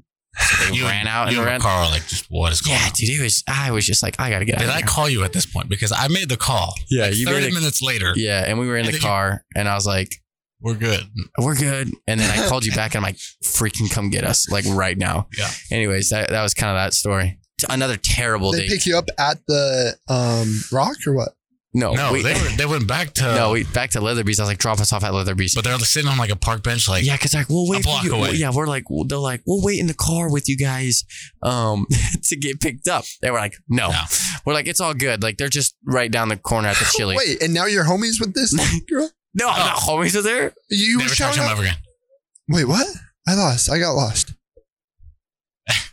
Speaker 2: they
Speaker 3: You
Speaker 2: ran out and
Speaker 3: you
Speaker 2: ran
Speaker 3: Carl, like, just what is going
Speaker 2: yeah
Speaker 3: on?
Speaker 2: dude it was i was just like i gotta get
Speaker 3: Did
Speaker 2: out
Speaker 3: I
Speaker 2: of
Speaker 3: call you at this point? Because I made the call.
Speaker 2: here. yeah
Speaker 3: Like
Speaker 2: you
Speaker 3: 30
Speaker 2: made
Speaker 3: minutes later,
Speaker 2: a, yeah and we were in
Speaker 3: And
Speaker 2: the
Speaker 3: then you-
Speaker 2: car and i was like
Speaker 3: we're good.
Speaker 2: we're good and then i called you back and i'm like freaking come get us like right now
Speaker 3: Yeah.
Speaker 2: anyways that, that was kind of that story another terrible
Speaker 1: They
Speaker 2: date
Speaker 1: pick you up at the um, rock or what?
Speaker 2: no
Speaker 3: no,
Speaker 2: Oh, we,
Speaker 3: they, were, they went back to.
Speaker 2: no we back to leatherby's i was like drop us off at leatherby's
Speaker 3: but they're sitting on like a park bench, like,
Speaker 2: yeah, because like we'll wait.
Speaker 3: block
Speaker 2: for you.
Speaker 3: away.
Speaker 2: Yeah, we're like well, they're like we'll wait in the car with you guys um, to get picked up. They were like, no.
Speaker 3: No.
Speaker 2: we're like it's all good. Like they're just right down the corner at the Chili's.
Speaker 1: Wait, and now you're homies with this girl?
Speaker 2: no,
Speaker 3: Oh.
Speaker 2: I'm not homies are there.
Speaker 1: You were
Speaker 3: never talk
Speaker 1: shouting
Speaker 3: to them
Speaker 1: out.
Speaker 3: ever again.
Speaker 1: Wait, what? I lost. I got lost.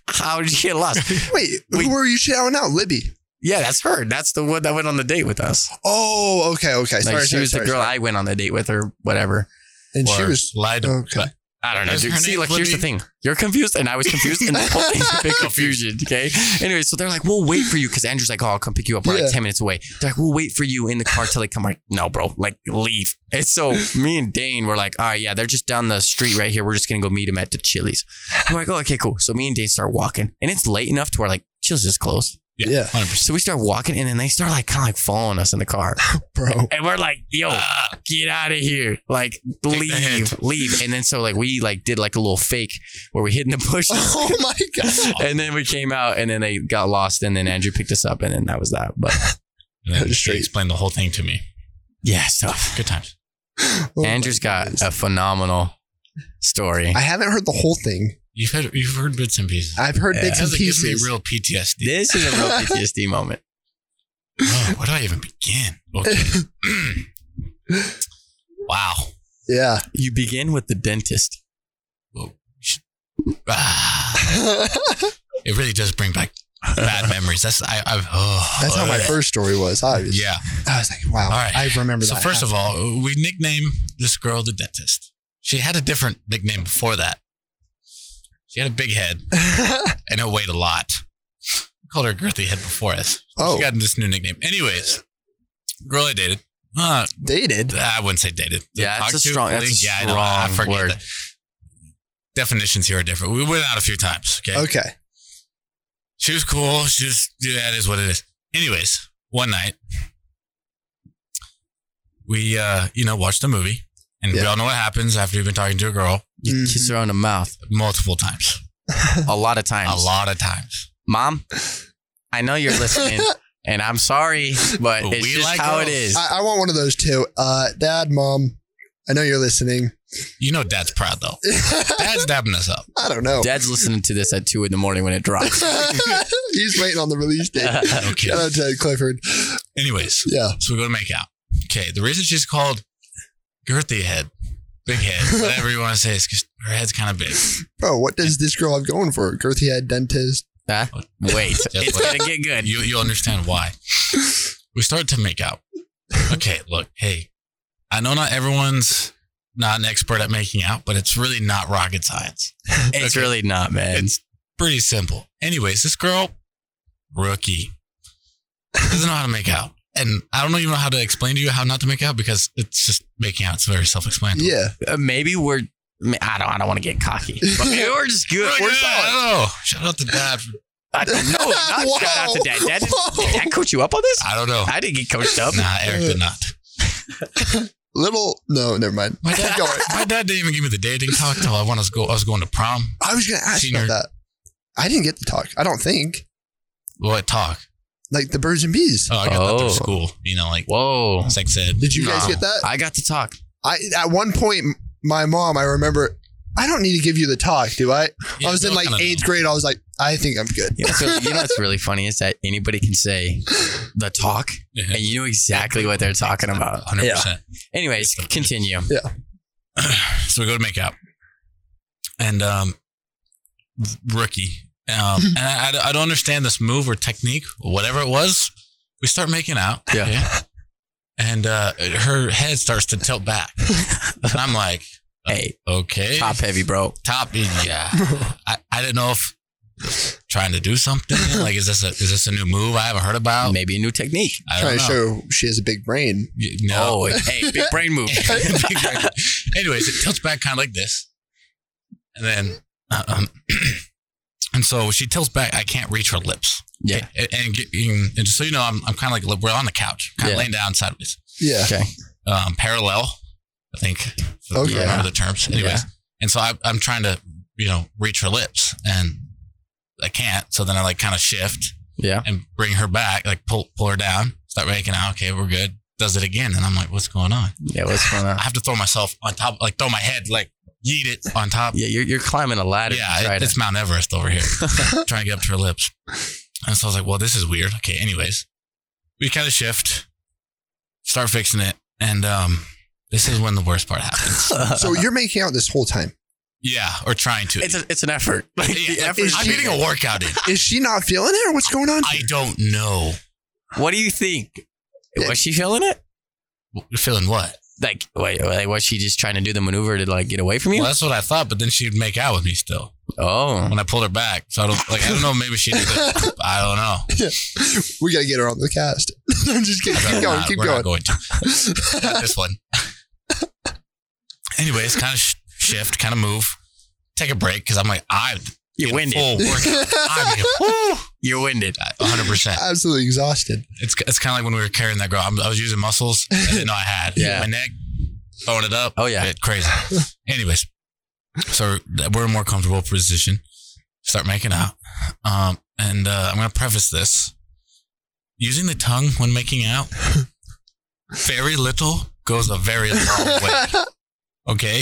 Speaker 2: How did you get lost?
Speaker 1: Wait,
Speaker 2: Wait.
Speaker 1: who were you shouting out? Libby.
Speaker 2: yeah, that's her. That's the one that went on the date with us.
Speaker 1: Oh, okay, okay.
Speaker 2: Like
Speaker 1: sorry,
Speaker 2: she
Speaker 1: sorry,
Speaker 2: was
Speaker 1: sorry,
Speaker 2: the girl
Speaker 1: sorry.
Speaker 2: I went on the date with or whatever.
Speaker 1: and she
Speaker 3: Or
Speaker 1: was
Speaker 3: lied to
Speaker 1: okay.
Speaker 3: but
Speaker 2: I don't know,
Speaker 3: Is
Speaker 2: dude.
Speaker 3: her
Speaker 2: See,
Speaker 3: name
Speaker 2: like, here's the
Speaker 3: Libby?
Speaker 2: thing. You're confused, and I was confused, and the whole thing's a big confusion, okay? Anyway, so they're like, we'll wait for you, because Andrew's like, oh, I'll come pick you up. We're
Speaker 1: Yeah.
Speaker 2: like 10 minutes away. They're like, we'll wait for you in the car till they come. I'm Like, no, bro, like, leave. And so me and Dane were like, all right, yeah, they're just down the street right here. We're just going to go meet them at the Chili's. I'm like, oh, okay, cool. So me and Dane start walking, and it's late enough to where, like, Chili's just closed.
Speaker 3: Yeah.
Speaker 1: yeah,
Speaker 3: 100%.
Speaker 2: So we start walking, and then they start, like, kind of like following us in the car.
Speaker 1: bro.
Speaker 2: And we're like, yo,
Speaker 3: Ah,
Speaker 2: get out of here. Like, leave,
Speaker 3: hint.
Speaker 2: leave. And then so like we like did like a little fake where we hid in the bushes.
Speaker 1: Oh my god.
Speaker 2: and then we came out and then they got lost and then Andrew picked us up and then that was that. But
Speaker 3: and then
Speaker 1: Straight.
Speaker 3: she explained the whole thing to me.
Speaker 2: yeah, stuff.
Speaker 3: Good times.
Speaker 1: Oh my
Speaker 2: Andrew's got
Speaker 1: goodness.
Speaker 2: a phenomenal story.
Speaker 1: I haven't heard the whole thing.
Speaker 3: You've heard you've heard bits and pieces.
Speaker 1: I've heard
Speaker 2: Yeah.
Speaker 1: bits Uh, and
Speaker 3: Sounds like gives me
Speaker 1: pieces.
Speaker 3: real PTSD.
Speaker 2: This is a real PTSD moment.
Speaker 3: oh, where do I even begin? Okay. wow.
Speaker 1: yeah.
Speaker 2: You begin with the dentist.
Speaker 3: Ah, it really does bring back bad memories. That's I. I've, oh,
Speaker 1: That's how my first story was. I was,
Speaker 3: Yeah.
Speaker 1: I was like, wow.
Speaker 3: All right.
Speaker 1: I remember
Speaker 3: So
Speaker 1: that.
Speaker 3: first of all, we nicknamed this girl the dentist. She had a different nickname before that. She had a big head and it weighed a lot. We called her girthy head before us.
Speaker 1: Oh.
Speaker 3: She got this new nickname. Anyways, girl I dated. Uh,
Speaker 1: dated.
Speaker 3: I wouldn't say dated.
Speaker 2: Yeah, that's a
Speaker 3: Octu-
Speaker 2: strong- that's a
Speaker 3: I know. I
Speaker 2: strong
Speaker 3: forget
Speaker 2: word.
Speaker 3: that. Definitions here are different. We went out a few times. Okay.
Speaker 1: Okay.
Speaker 3: She was cool. She was, yeah, that is what it is. Anyways, one night, we, uh, you know, watched a movie. And we
Speaker 1: Yeah.
Speaker 3: all know what happens after you've been talking to a girl
Speaker 2: You
Speaker 1: Mhm.
Speaker 2: kiss her on the mouth
Speaker 3: multiple times,
Speaker 2: a lot of times.
Speaker 3: a lot of times.
Speaker 2: Mom, I know you're listening, and I'm sorry, but
Speaker 3: But
Speaker 2: it's
Speaker 3: we
Speaker 2: just
Speaker 3: like
Speaker 2: how it
Speaker 3: girls.
Speaker 2: is.
Speaker 1: I, I want one of those too. Uh, Dad, Mom, I know you're listening.
Speaker 3: You know, dad's proud though.
Speaker 1: I
Speaker 3: Dad's dabbing us up.
Speaker 1: don't know.
Speaker 2: Dad's listening to this at two in the morning when it drops.
Speaker 1: He's waiting on the release date.
Speaker 3: No
Speaker 1: Shout
Speaker 3: kidding.
Speaker 1: out Ted Clifford.
Speaker 3: Anyways,
Speaker 1: Yeah.
Speaker 3: so we go to make out. Okay, the reason she's called girthy head, big head, whatever you want to say, is because her head's kind of big.
Speaker 1: Bro, what does this girl have going for her? Girthy head, dentist.
Speaker 2: Huh? Wait, it's
Speaker 3: wait.
Speaker 2: gonna get good.
Speaker 3: You you'll understand why. We started to make out. Okay, look, hey, I know not everyone's not an expert at making out, but it's really not rocket science.
Speaker 2: It's
Speaker 3: Okay.
Speaker 2: really not, man.
Speaker 3: It's pretty simple. Anyways, this girl, rookie, doesn't know how to make out. And I don't even know how to explain to you how not to make out because it's just making out. It's very self explanatory.
Speaker 1: Yeah.
Speaker 2: Uh, maybe we're. I don't. I don't want to get cocky. But maybe we're just good. We're solid.
Speaker 3: Shout out to dad.
Speaker 2: I don't know. Not shout out to dad. Dad, did, did dad coach you up on this?
Speaker 3: I don't know.
Speaker 2: I didn't get coached up.
Speaker 3: Nah, Eric did not.
Speaker 1: Little. No, never mind.
Speaker 3: My dad,
Speaker 1: Keep going.
Speaker 3: my dad didn't even give me the dating talk till I want to go. I was going to prom.
Speaker 1: I was going to ask
Speaker 3: Senior.
Speaker 1: about that. I didn't get the talk. I don't think.
Speaker 3: What talk?
Speaker 1: Like the birds and bees.
Speaker 3: Oh, I got that
Speaker 2: Oh.
Speaker 3: through school. You know, like
Speaker 2: Whoa!
Speaker 3: sex ed.
Speaker 1: Did you guys
Speaker 2: no.
Speaker 1: get that?
Speaker 2: I got to talk.
Speaker 1: I at one point, my mom, I remember, I don't need to give you the talk, do I? I was in like eighth grade. I was like, I think I'm good.
Speaker 2: You know, so, you know what's really funny is that anybody can say the talk, and you know exactly what they're talking about.
Speaker 3: Hundred percent.
Speaker 2: Anyways, continue.
Speaker 3: So we go to make out, and um, rookie. Um, and I, I- I don't understand this move or technique, whatever it was. We start making out.
Speaker 2: Yeah.
Speaker 3: okay? And uh, her head starts to tilt back. and I'm like,
Speaker 2: Hey,
Speaker 3: okay.
Speaker 2: top heavy, bro.
Speaker 3: top yeah I, I didn't know if trying to do something like is this a is this a new move i haven't heard about
Speaker 2: Maybe a new technique.
Speaker 3: i
Speaker 1: Trying
Speaker 3: don't
Speaker 1: to
Speaker 3: know
Speaker 1: show she has a big brain.
Speaker 3: Y- no
Speaker 2: Oh, hey, big brain move.
Speaker 3: anyways it tilts back kind of like this and then uh, um, and so she tilts back i can't reach her lips
Speaker 2: Yeah.
Speaker 3: and, and, get- and just so you know i'm, I'm kind of like we're on the couch kind of
Speaker 2: Yeah.
Speaker 3: laying down sideways
Speaker 1: Yeah.
Speaker 2: Okay.
Speaker 3: um, parallel i think if
Speaker 1: Okay.
Speaker 3: you remember the terms anyways
Speaker 2: Yeah.
Speaker 3: and so I, i'm trying to you know reach her lips and i can't so then i like kind of shift
Speaker 2: Yeah.
Speaker 3: and bring her back, like pull pull her down, start making out. Okay, we're good. Does it again, and I'm like, what's going on?
Speaker 2: Yeah. What's going on?
Speaker 3: I have to throw myself on top, like throw my head, like yeet it on top.
Speaker 2: Yeah, you're, you're climbing a ladder. to
Speaker 3: Yeah,
Speaker 2: try
Speaker 3: it-
Speaker 2: to-
Speaker 3: it's Mount Everest over here, trying to get up to her lips. And so I was like, well, this is weird. Okay, anyways, we kind of shift, start fixing it, and um, this is when the worst part happens.
Speaker 1: So you're making out this whole time.
Speaker 3: yeah, or trying to.
Speaker 2: it's, a, it's an effort. Like,
Speaker 3: Yeah,
Speaker 2: the
Speaker 3: like,
Speaker 2: effort is
Speaker 3: I'm
Speaker 2: getting
Speaker 3: getting a workout in.
Speaker 1: Is she not feeling it or what's going on?
Speaker 3: I don't know.
Speaker 2: What do you think? Was she feeling it?
Speaker 3: Feeling what?
Speaker 2: Like, wait, like, was she just trying to do the maneuver to like get away from you?
Speaker 3: Well, that's what I thought, but then she'd make out with me still.
Speaker 2: Oh,
Speaker 3: when I pulled her back. So I don't like I don't know. Maybe she did. It. I don't know.
Speaker 1: we got to get her on the cast. I'm just kidding. Keep
Speaker 3: We're
Speaker 1: going.
Speaker 3: not-
Speaker 1: keep
Speaker 3: we're
Speaker 1: going.
Speaker 3: Not going to Not this one. Anyways, kind of sh- shift, kind of move, take a break because I'm like I'm
Speaker 2: you're
Speaker 3: in
Speaker 2: winded.
Speaker 3: full workout. I'm in- woo,
Speaker 2: You're winded.
Speaker 3: 100. percent
Speaker 1: Absolutely exhausted.
Speaker 3: It's it's kind of like when we were carrying that girl. I'm, I was using muscles I didn't know I had.
Speaker 2: Yeah.
Speaker 3: my neck, throwing it up.
Speaker 2: Oh yeah.
Speaker 3: It crazy. Anyways, so we're in a more comfortable position. Start making out. Um, and uh, I'm going to preface this using the tongue when making out, very little goes a very long way. Okay.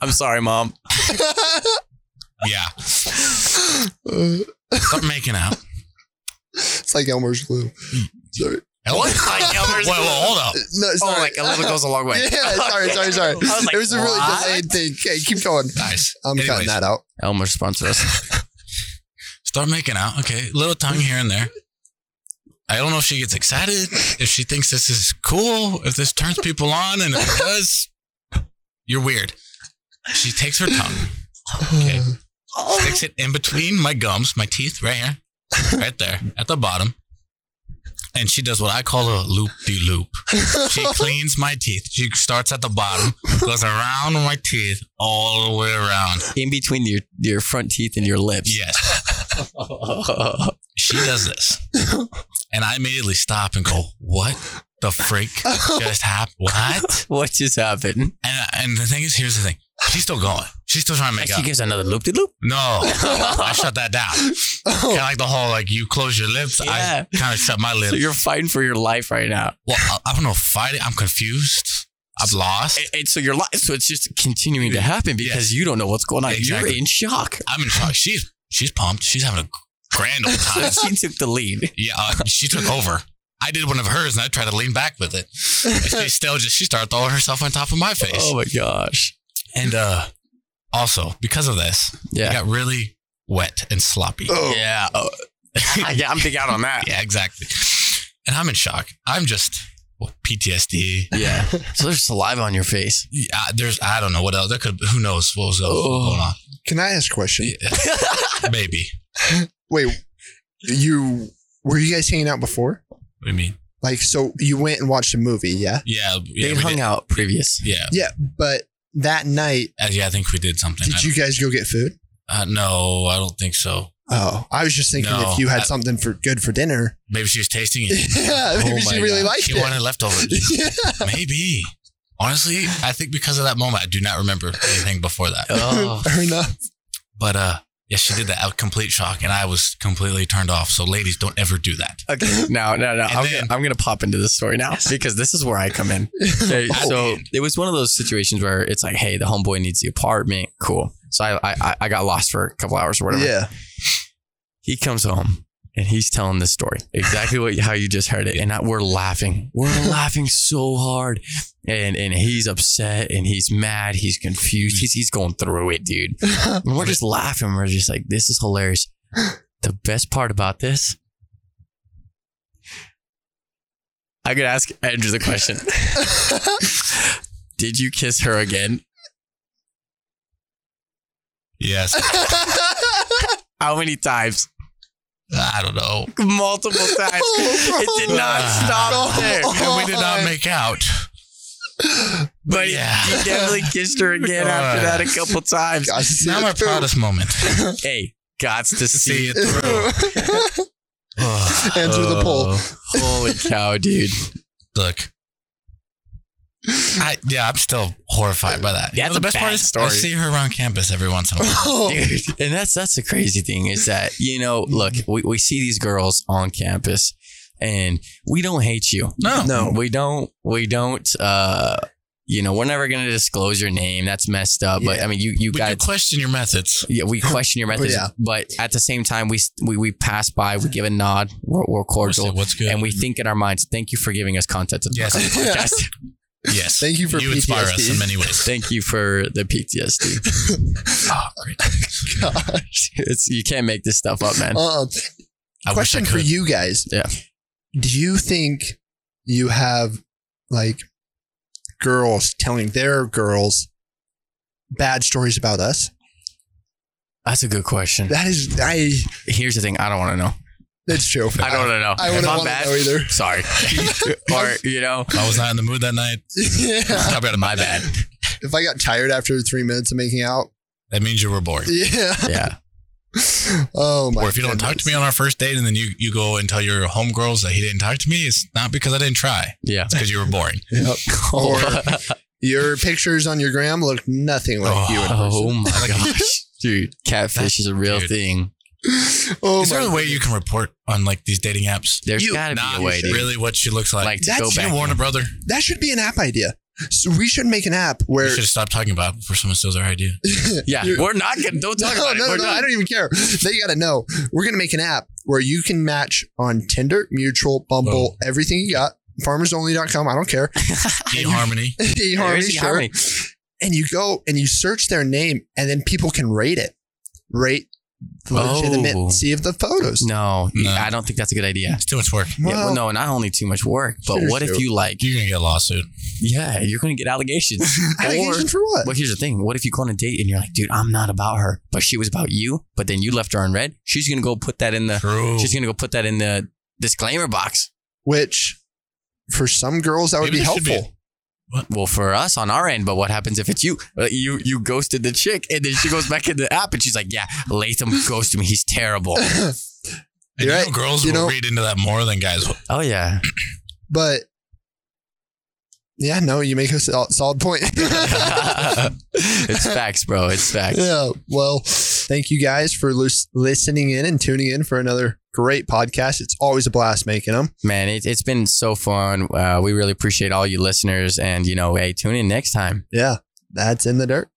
Speaker 2: I'm sorry, mom.
Speaker 3: Yeah.
Speaker 1: it's
Speaker 3: Stop making out.
Speaker 1: like Elmer's glue. Sorry.
Speaker 3: What?
Speaker 2: Like Elmer's
Speaker 3: Wait,
Speaker 2: glue?
Speaker 3: well, hold up.
Speaker 1: No, it's
Speaker 2: Oh,
Speaker 1: not.
Speaker 2: like a little goes a long way.
Speaker 1: Yeah, sorry, sorry, sorry.
Speaker 2: I was like,
Speaker 1: it was a really
Speaker 2: what?
Speaker 1: delayed thing. Okay, keep going.
Speaker 3: Nice.
Speaker 1: I'm cutting
Speaker 3: Anyways.
Speaker 1: that out.
Speaker 2: Elmer sponsors us.
Speaker 3: Start making out. Okay. Little tongue here and there. I don't know if she gets excited, if she thinks this is cool, if this turns people on, and if it does, you're weird. She takes her tongue, Okay.
Speaker 1: Oh.
Speaker 3: sticks it in between my gums, my teeth, right here, right there, at the bottom. And she does what I call a loop de loop. She cleans my teeth. She starts at the bottom, goes around my teeth, all the way around.
Speaker 2: In between your, your front teeth and your lips.
Speaker 3: Yes, she does this. And I immediately stop and go, What the freak just happened? What?
Speaker 2: what just happened?
Speaker 3: And, and the thing is, here's the thing she's still going. She's still trying to make
Speaker 2: She
Speaker 3: up.
Speaker 2: gives another loop de loop.
Speaker 3: No, I shut that down.
Speaker 1: Oh.
Speaker 3: Kind of like the whole, like, you close your lips.
Speaker 2: Oh. Yeah.
Speaker 3: I kind of shut my lips.
Speaker 2: So you're fighting for your life right now.
Speaker 3: well, I, I don't know, fighting. I'm confused. I'm lost.
Speaker 2: And, and so your life, so it's just continuing to happen because you don't know what's going on.
Speaker 3: Exactly.
Speaker 2: You're in shock.
Speaker 3: I'm in shock. She's she's pumped. She's having a grand old time.
Speaker 2: she took the lead.
Speaker 3: yeah, uh, she took over. I did one of hers, and I tried to lean back with it. And she still just she started throwing herself on top of my face.
Speaker 2: Oh my gosh.
Speaker 3: And uh, also because of this, I
Speaker 2: Yeah.
Speaker 3: got really wet and sloppy.
Speaker 1: Oh,
Speaker 2: Yeah. Oh, yeah. I'm big out on that.
Speaker 3: yeah, exactly. And I'm in shock. I'm just well, PTSD.
Speaker 2: Yeah. So there's saliva on your face.
Speaker 3: Yeah, there's I don't know what else. That could who knows what was
Speaker 2: Oh.
Speaker 3: going on.
Speaker 1: Can I ask a question?
Speaker 3: Maybe.
Speaker 1: Wait, you were you guys hanging out before?
Speaker 3: What do you mean?
Speaker 1: Like, so you went and watched a movie, yeah?
Speaker 3: Yeah, yeah,
Speaker 2: they
Speaker 3: we
Speaker 2: hung
Speaker 3: did.
Speaker 2: out previous.
Speaker 3: Yeah,
Speaker 1: Yeah, but that night,
Speaker 3: Uh, yeah. I think we did something. I
Speaker 1: did you guys go get food?
Speaker 3: Uh, no, I don't think so.
Speaker 1: Oh, I was just thinking
Speaker 3: No,
Speaker 1: if you had
Speaker 3: I-
Speaker 1: something for good for dinner.
Speaker 3: Maybe she was tasting it.
Speaker 1: yeah, maybe
Speaker 2: Oh
Speaker 1: she
Speaker 2: my
Speaker 1: really
Speaker 2: God.
Speaker 1: liked
Speaker 3: She
Speaker 1: it.
Speaker 3: wanted leftovers.
Speaker 1: yeah.
Speaker 3: Maybe. Honestly, I think because of that moment, I do not remember anything before that.
Speaker 2: Oh.
Speaker 1: Fair enough.
Speaker 3: But uh, yeah, she did that. I was complete shock, and I was completely turned off. So, ladies, don't ever do that.
Speaker 1: Uh,
Speaker 2: Okay. No, no, no.
Speaker 3: And
Speaker 2: I'm,
Speaker 3: then-
Speaker 2: gonna, I'm gonna pop into this story now because this is where I come in. Okay, so it was one of those situations where it's like, hey, the homeboy needs the apartment. Cool. So I, I- I, I got lost for a couple hours or whatever.
Speaker 1: Yeah.
Speaker 2: He comes home and he's telling this story exactly what how you just heard it, and I, we're laughing. We're laughing so hard, and and he's upset and he's mad. He's confused. He's he's going through it, dude. And we're just laughing. We're just like, this is hilarious. The best part about this, I could ask Andrew the question. Did you kiss her again?
Speaker 3: Yes.
Speaker 2: How many times?
Speaker 3: I don't know.
Speaker 2: Multiple times.
Speaker 1: Oh,
Speaker 2: it
Speaker 1: bro.
Speaker 2: did not stop there.
Speaker 1: Oh.
Speaker 3: And we did not make out.
Speaker 2: But
Speaker 3: Yeah.
Speaker 2: he definitely kissed her again after that a couple times.
Speaker 1: Gosh, see
Speaker 3: Now
Speaker 1: it
Speaker 3: my
Speaker 1: through.
Speaker 3: proudest moment.
Speaker 2: Hey, gots to
Speaker 3: See
Speaker 2: see
Speaker 3: it through. Ugh.
Speaker 1: Answer the poll.
Speaker 2: Oh, Holy cow, dude.
Speaker 3: Look. I, yeah, I'm still horrified by that.
Speaker 2: That's
Speaker 3: the
Speaker 2: a
Speaker 3: best
Speaker 2: bad
Speaker 3: part is I
Speaker 2: story.
Speaker 3: see her around campus every once in a while.
Speaker 1: Oh.
Speaker 2: dude. And that's that's the crazy thing is that you know, look, we, we see these girls on campus, and we don't hate you.
Speaker 3: No.
Speaker 1: No.
Speaker 2: we don't. We don't. uh You know, we're never gonna disclose your name. That's messed up. But
Speaker 1: Yeah.
Speaker 2: I mean, you you
Speaker 3: We do
Speaker 2: got
Speaker 3: question your methods.
Speaker 2: yeah, we question your methods,
Speaker 1: yeah.
Speaker 2: but at the same time, we we, we pass by, we give a nod, we're, we're
Speaker 3: Say,
Speaker 2: cordial,
Speaker 3: What's good?
Speaker 2: and we think in our minds, "Thank you for giving us content to talk
Speaker 3: Yes.
Speaker 2: on the podcast.
Speaker 3: yes.
Speaker 1: Thank you for
Speaker 3: you inspire us
Speaker 1: PTSD.
Speaker 3: in many ways.
Speaker 2: Thank you for the PTSD."
Speaker 3: Oh, great.
Speaker 1: Oh,
Speaker 2: it's, you can't make this stuff up, man.
Speaker 1: Uh,
Speaker 3: I wish I
Speaker 1: question for
Speaker 3: could.
Speaker 1: you guys.
Speaker 2: Yeah.
Speaker 1: Do you think you have like girls telling their girls bad stories about us?
Speaker 2: That's a good question.
Speaker 1: That is, I.
Speaker 2: Here's the thing: I don't want to know.
Speaker 1: That's true.
Speaker 2: I don't want to know.
Speaker 1: I
Speaker 2: If
Speaker 1: wouldn't
Speaker 2: I'm
Speaker 1: wanna
Speaker 2: bad,
Speaker 1: know either.
Speaker 2: Sorry, or you know,
Speaker 3: I was not in the mood that night.
Speaker 1: yeah.
Speaker 3: Probably out of my bad.
Speaker 1: If I got tired after three minutes of making out,
Speaker 3: That means you were bored.
Speaker 1: yeah.
Speaker 2: yeah,
Speaker 1: Oh my.
Speaker 3: Or if you don't talk to me on our first date and then you, you go and tell your homegirls that he didn't talk to me, it's not because I didn't try.
Speaker 2: yeah.
Speaker 3: It's because you were boring.
Speaker 1: Yep.
Speaker 2: Oh,
Speaker 1: Or- Your pictures on your gram look nothing like
Speaker 3: Oh.
Speaker 1: you in person.
Speaker 2: my gosh, dude, catfish is a real
Speaker 3: Dude.
Speaker 2: thing.
Speaker 1: Oh
Speaker 3: Is there
Speaker 1: my
Speaker 3: a way you can report on like these dating apps?
Speaker 2: There's
Speaker 1: You-
Speaker 2: gotta be
Speaker 3: Not
Speaker 2: a way, dude.
Speaker 3: really what she looks like.
Speaker 2: Like to
Speaker 1: That's
Speaker 2: go
Speaker 3: She
Speaker 2: back.
Speaker 3: Warner Brother.
Speaker 1: That should be an app idea. So we should make an app
Speaker 3: We
Speaker 1: where.
Speaker 3: should stop talking about it before someone steals our idea.
Speaker 2: Yeah,
Speaker 1: You're-
Speaker 2: we're not gonna. Don't talk
Speaker 1: No,
Speaker 2: about it.
Speaker 1: no,
Speaker 2: We're
Speaker 1: no,
Speaker 2: done.
Speaker 1: I don't even care. They gotta know. We're gonna make an app where you can match on Tinder, Mutual, Bumble,
Speaker 3: Oh.
Speaker 1: everything you got. FarmersOnly.com. I don't care.
Speaker 3: Harmony.
Speaker 2: There
Speaker 1: eHarmony,
Speaker 2: is
Speaker 1: sure.
Speaker 2: harmony.
Speaker 1: and you go and you search their name, and then people can rate it. Rate the
Speaker 2: Oh.
Speaker 1: legitimacy of the photos.
Speaker 2: No,
Speaker 3: No.
Speaker 2: I don't think that's a good idea.
Speaker 3: It's too much work.
Speaker 2: yeah, well, no, not only too much work, but
Speaker 1: Sure,
Speaker 2: what if
Speaker 1: sure.
Speaker 2: you like?
Speaker 3: You're gonna get a lawsuit.
Speaker 2: Yeah, you're gonna get allegations.
Speaker 1: Allegation for what?
Speaker 2: Well, here's the thing. What if you go on a date and you're like, dude, I'm not about her, but she was about you, but then you left her on red? She's gonna go put that in the
Speaker 3: True.
Speaker 2: she's gonna go put that in the disclaimer box.
Speaker 1: Which, for some girls, that would
Speaker 3: Maybe
Speaker 1: be
Speaker 3: there should be
Speaker 1: helpful.
Speaker 2: Well, for us on our end, but what happens if it's you? Uh, you you ghosted the chick and then she goes back in the app and she's like, Yeah, Latham ghosted me, he's terrible.
Speaker 3: And you
Speaker 1: You're
Speaker 3: know,
Speaker 1: right.
Speaker 3: girls
Speaker 1: You
Speaker 3: will
Speaker 1: know-
Speaker 3: read into that more than guys will.
Speaker 2: oh yeah.
Speaker 1: But yeah, no, you make a sol- solid point.
Speaker 2: it's facts, bro. It's facts.
Speaker 1: yeah. Well, thank you guys for lis- listening in and tuning in for another great podcast. It's always a blast making them.
Speaker 2: Man, it, it's been so fun. Uh, we really appreciate all you listeners and you know, hey, tune in next time.
Speaker 1: Yeah. That's in the dirt.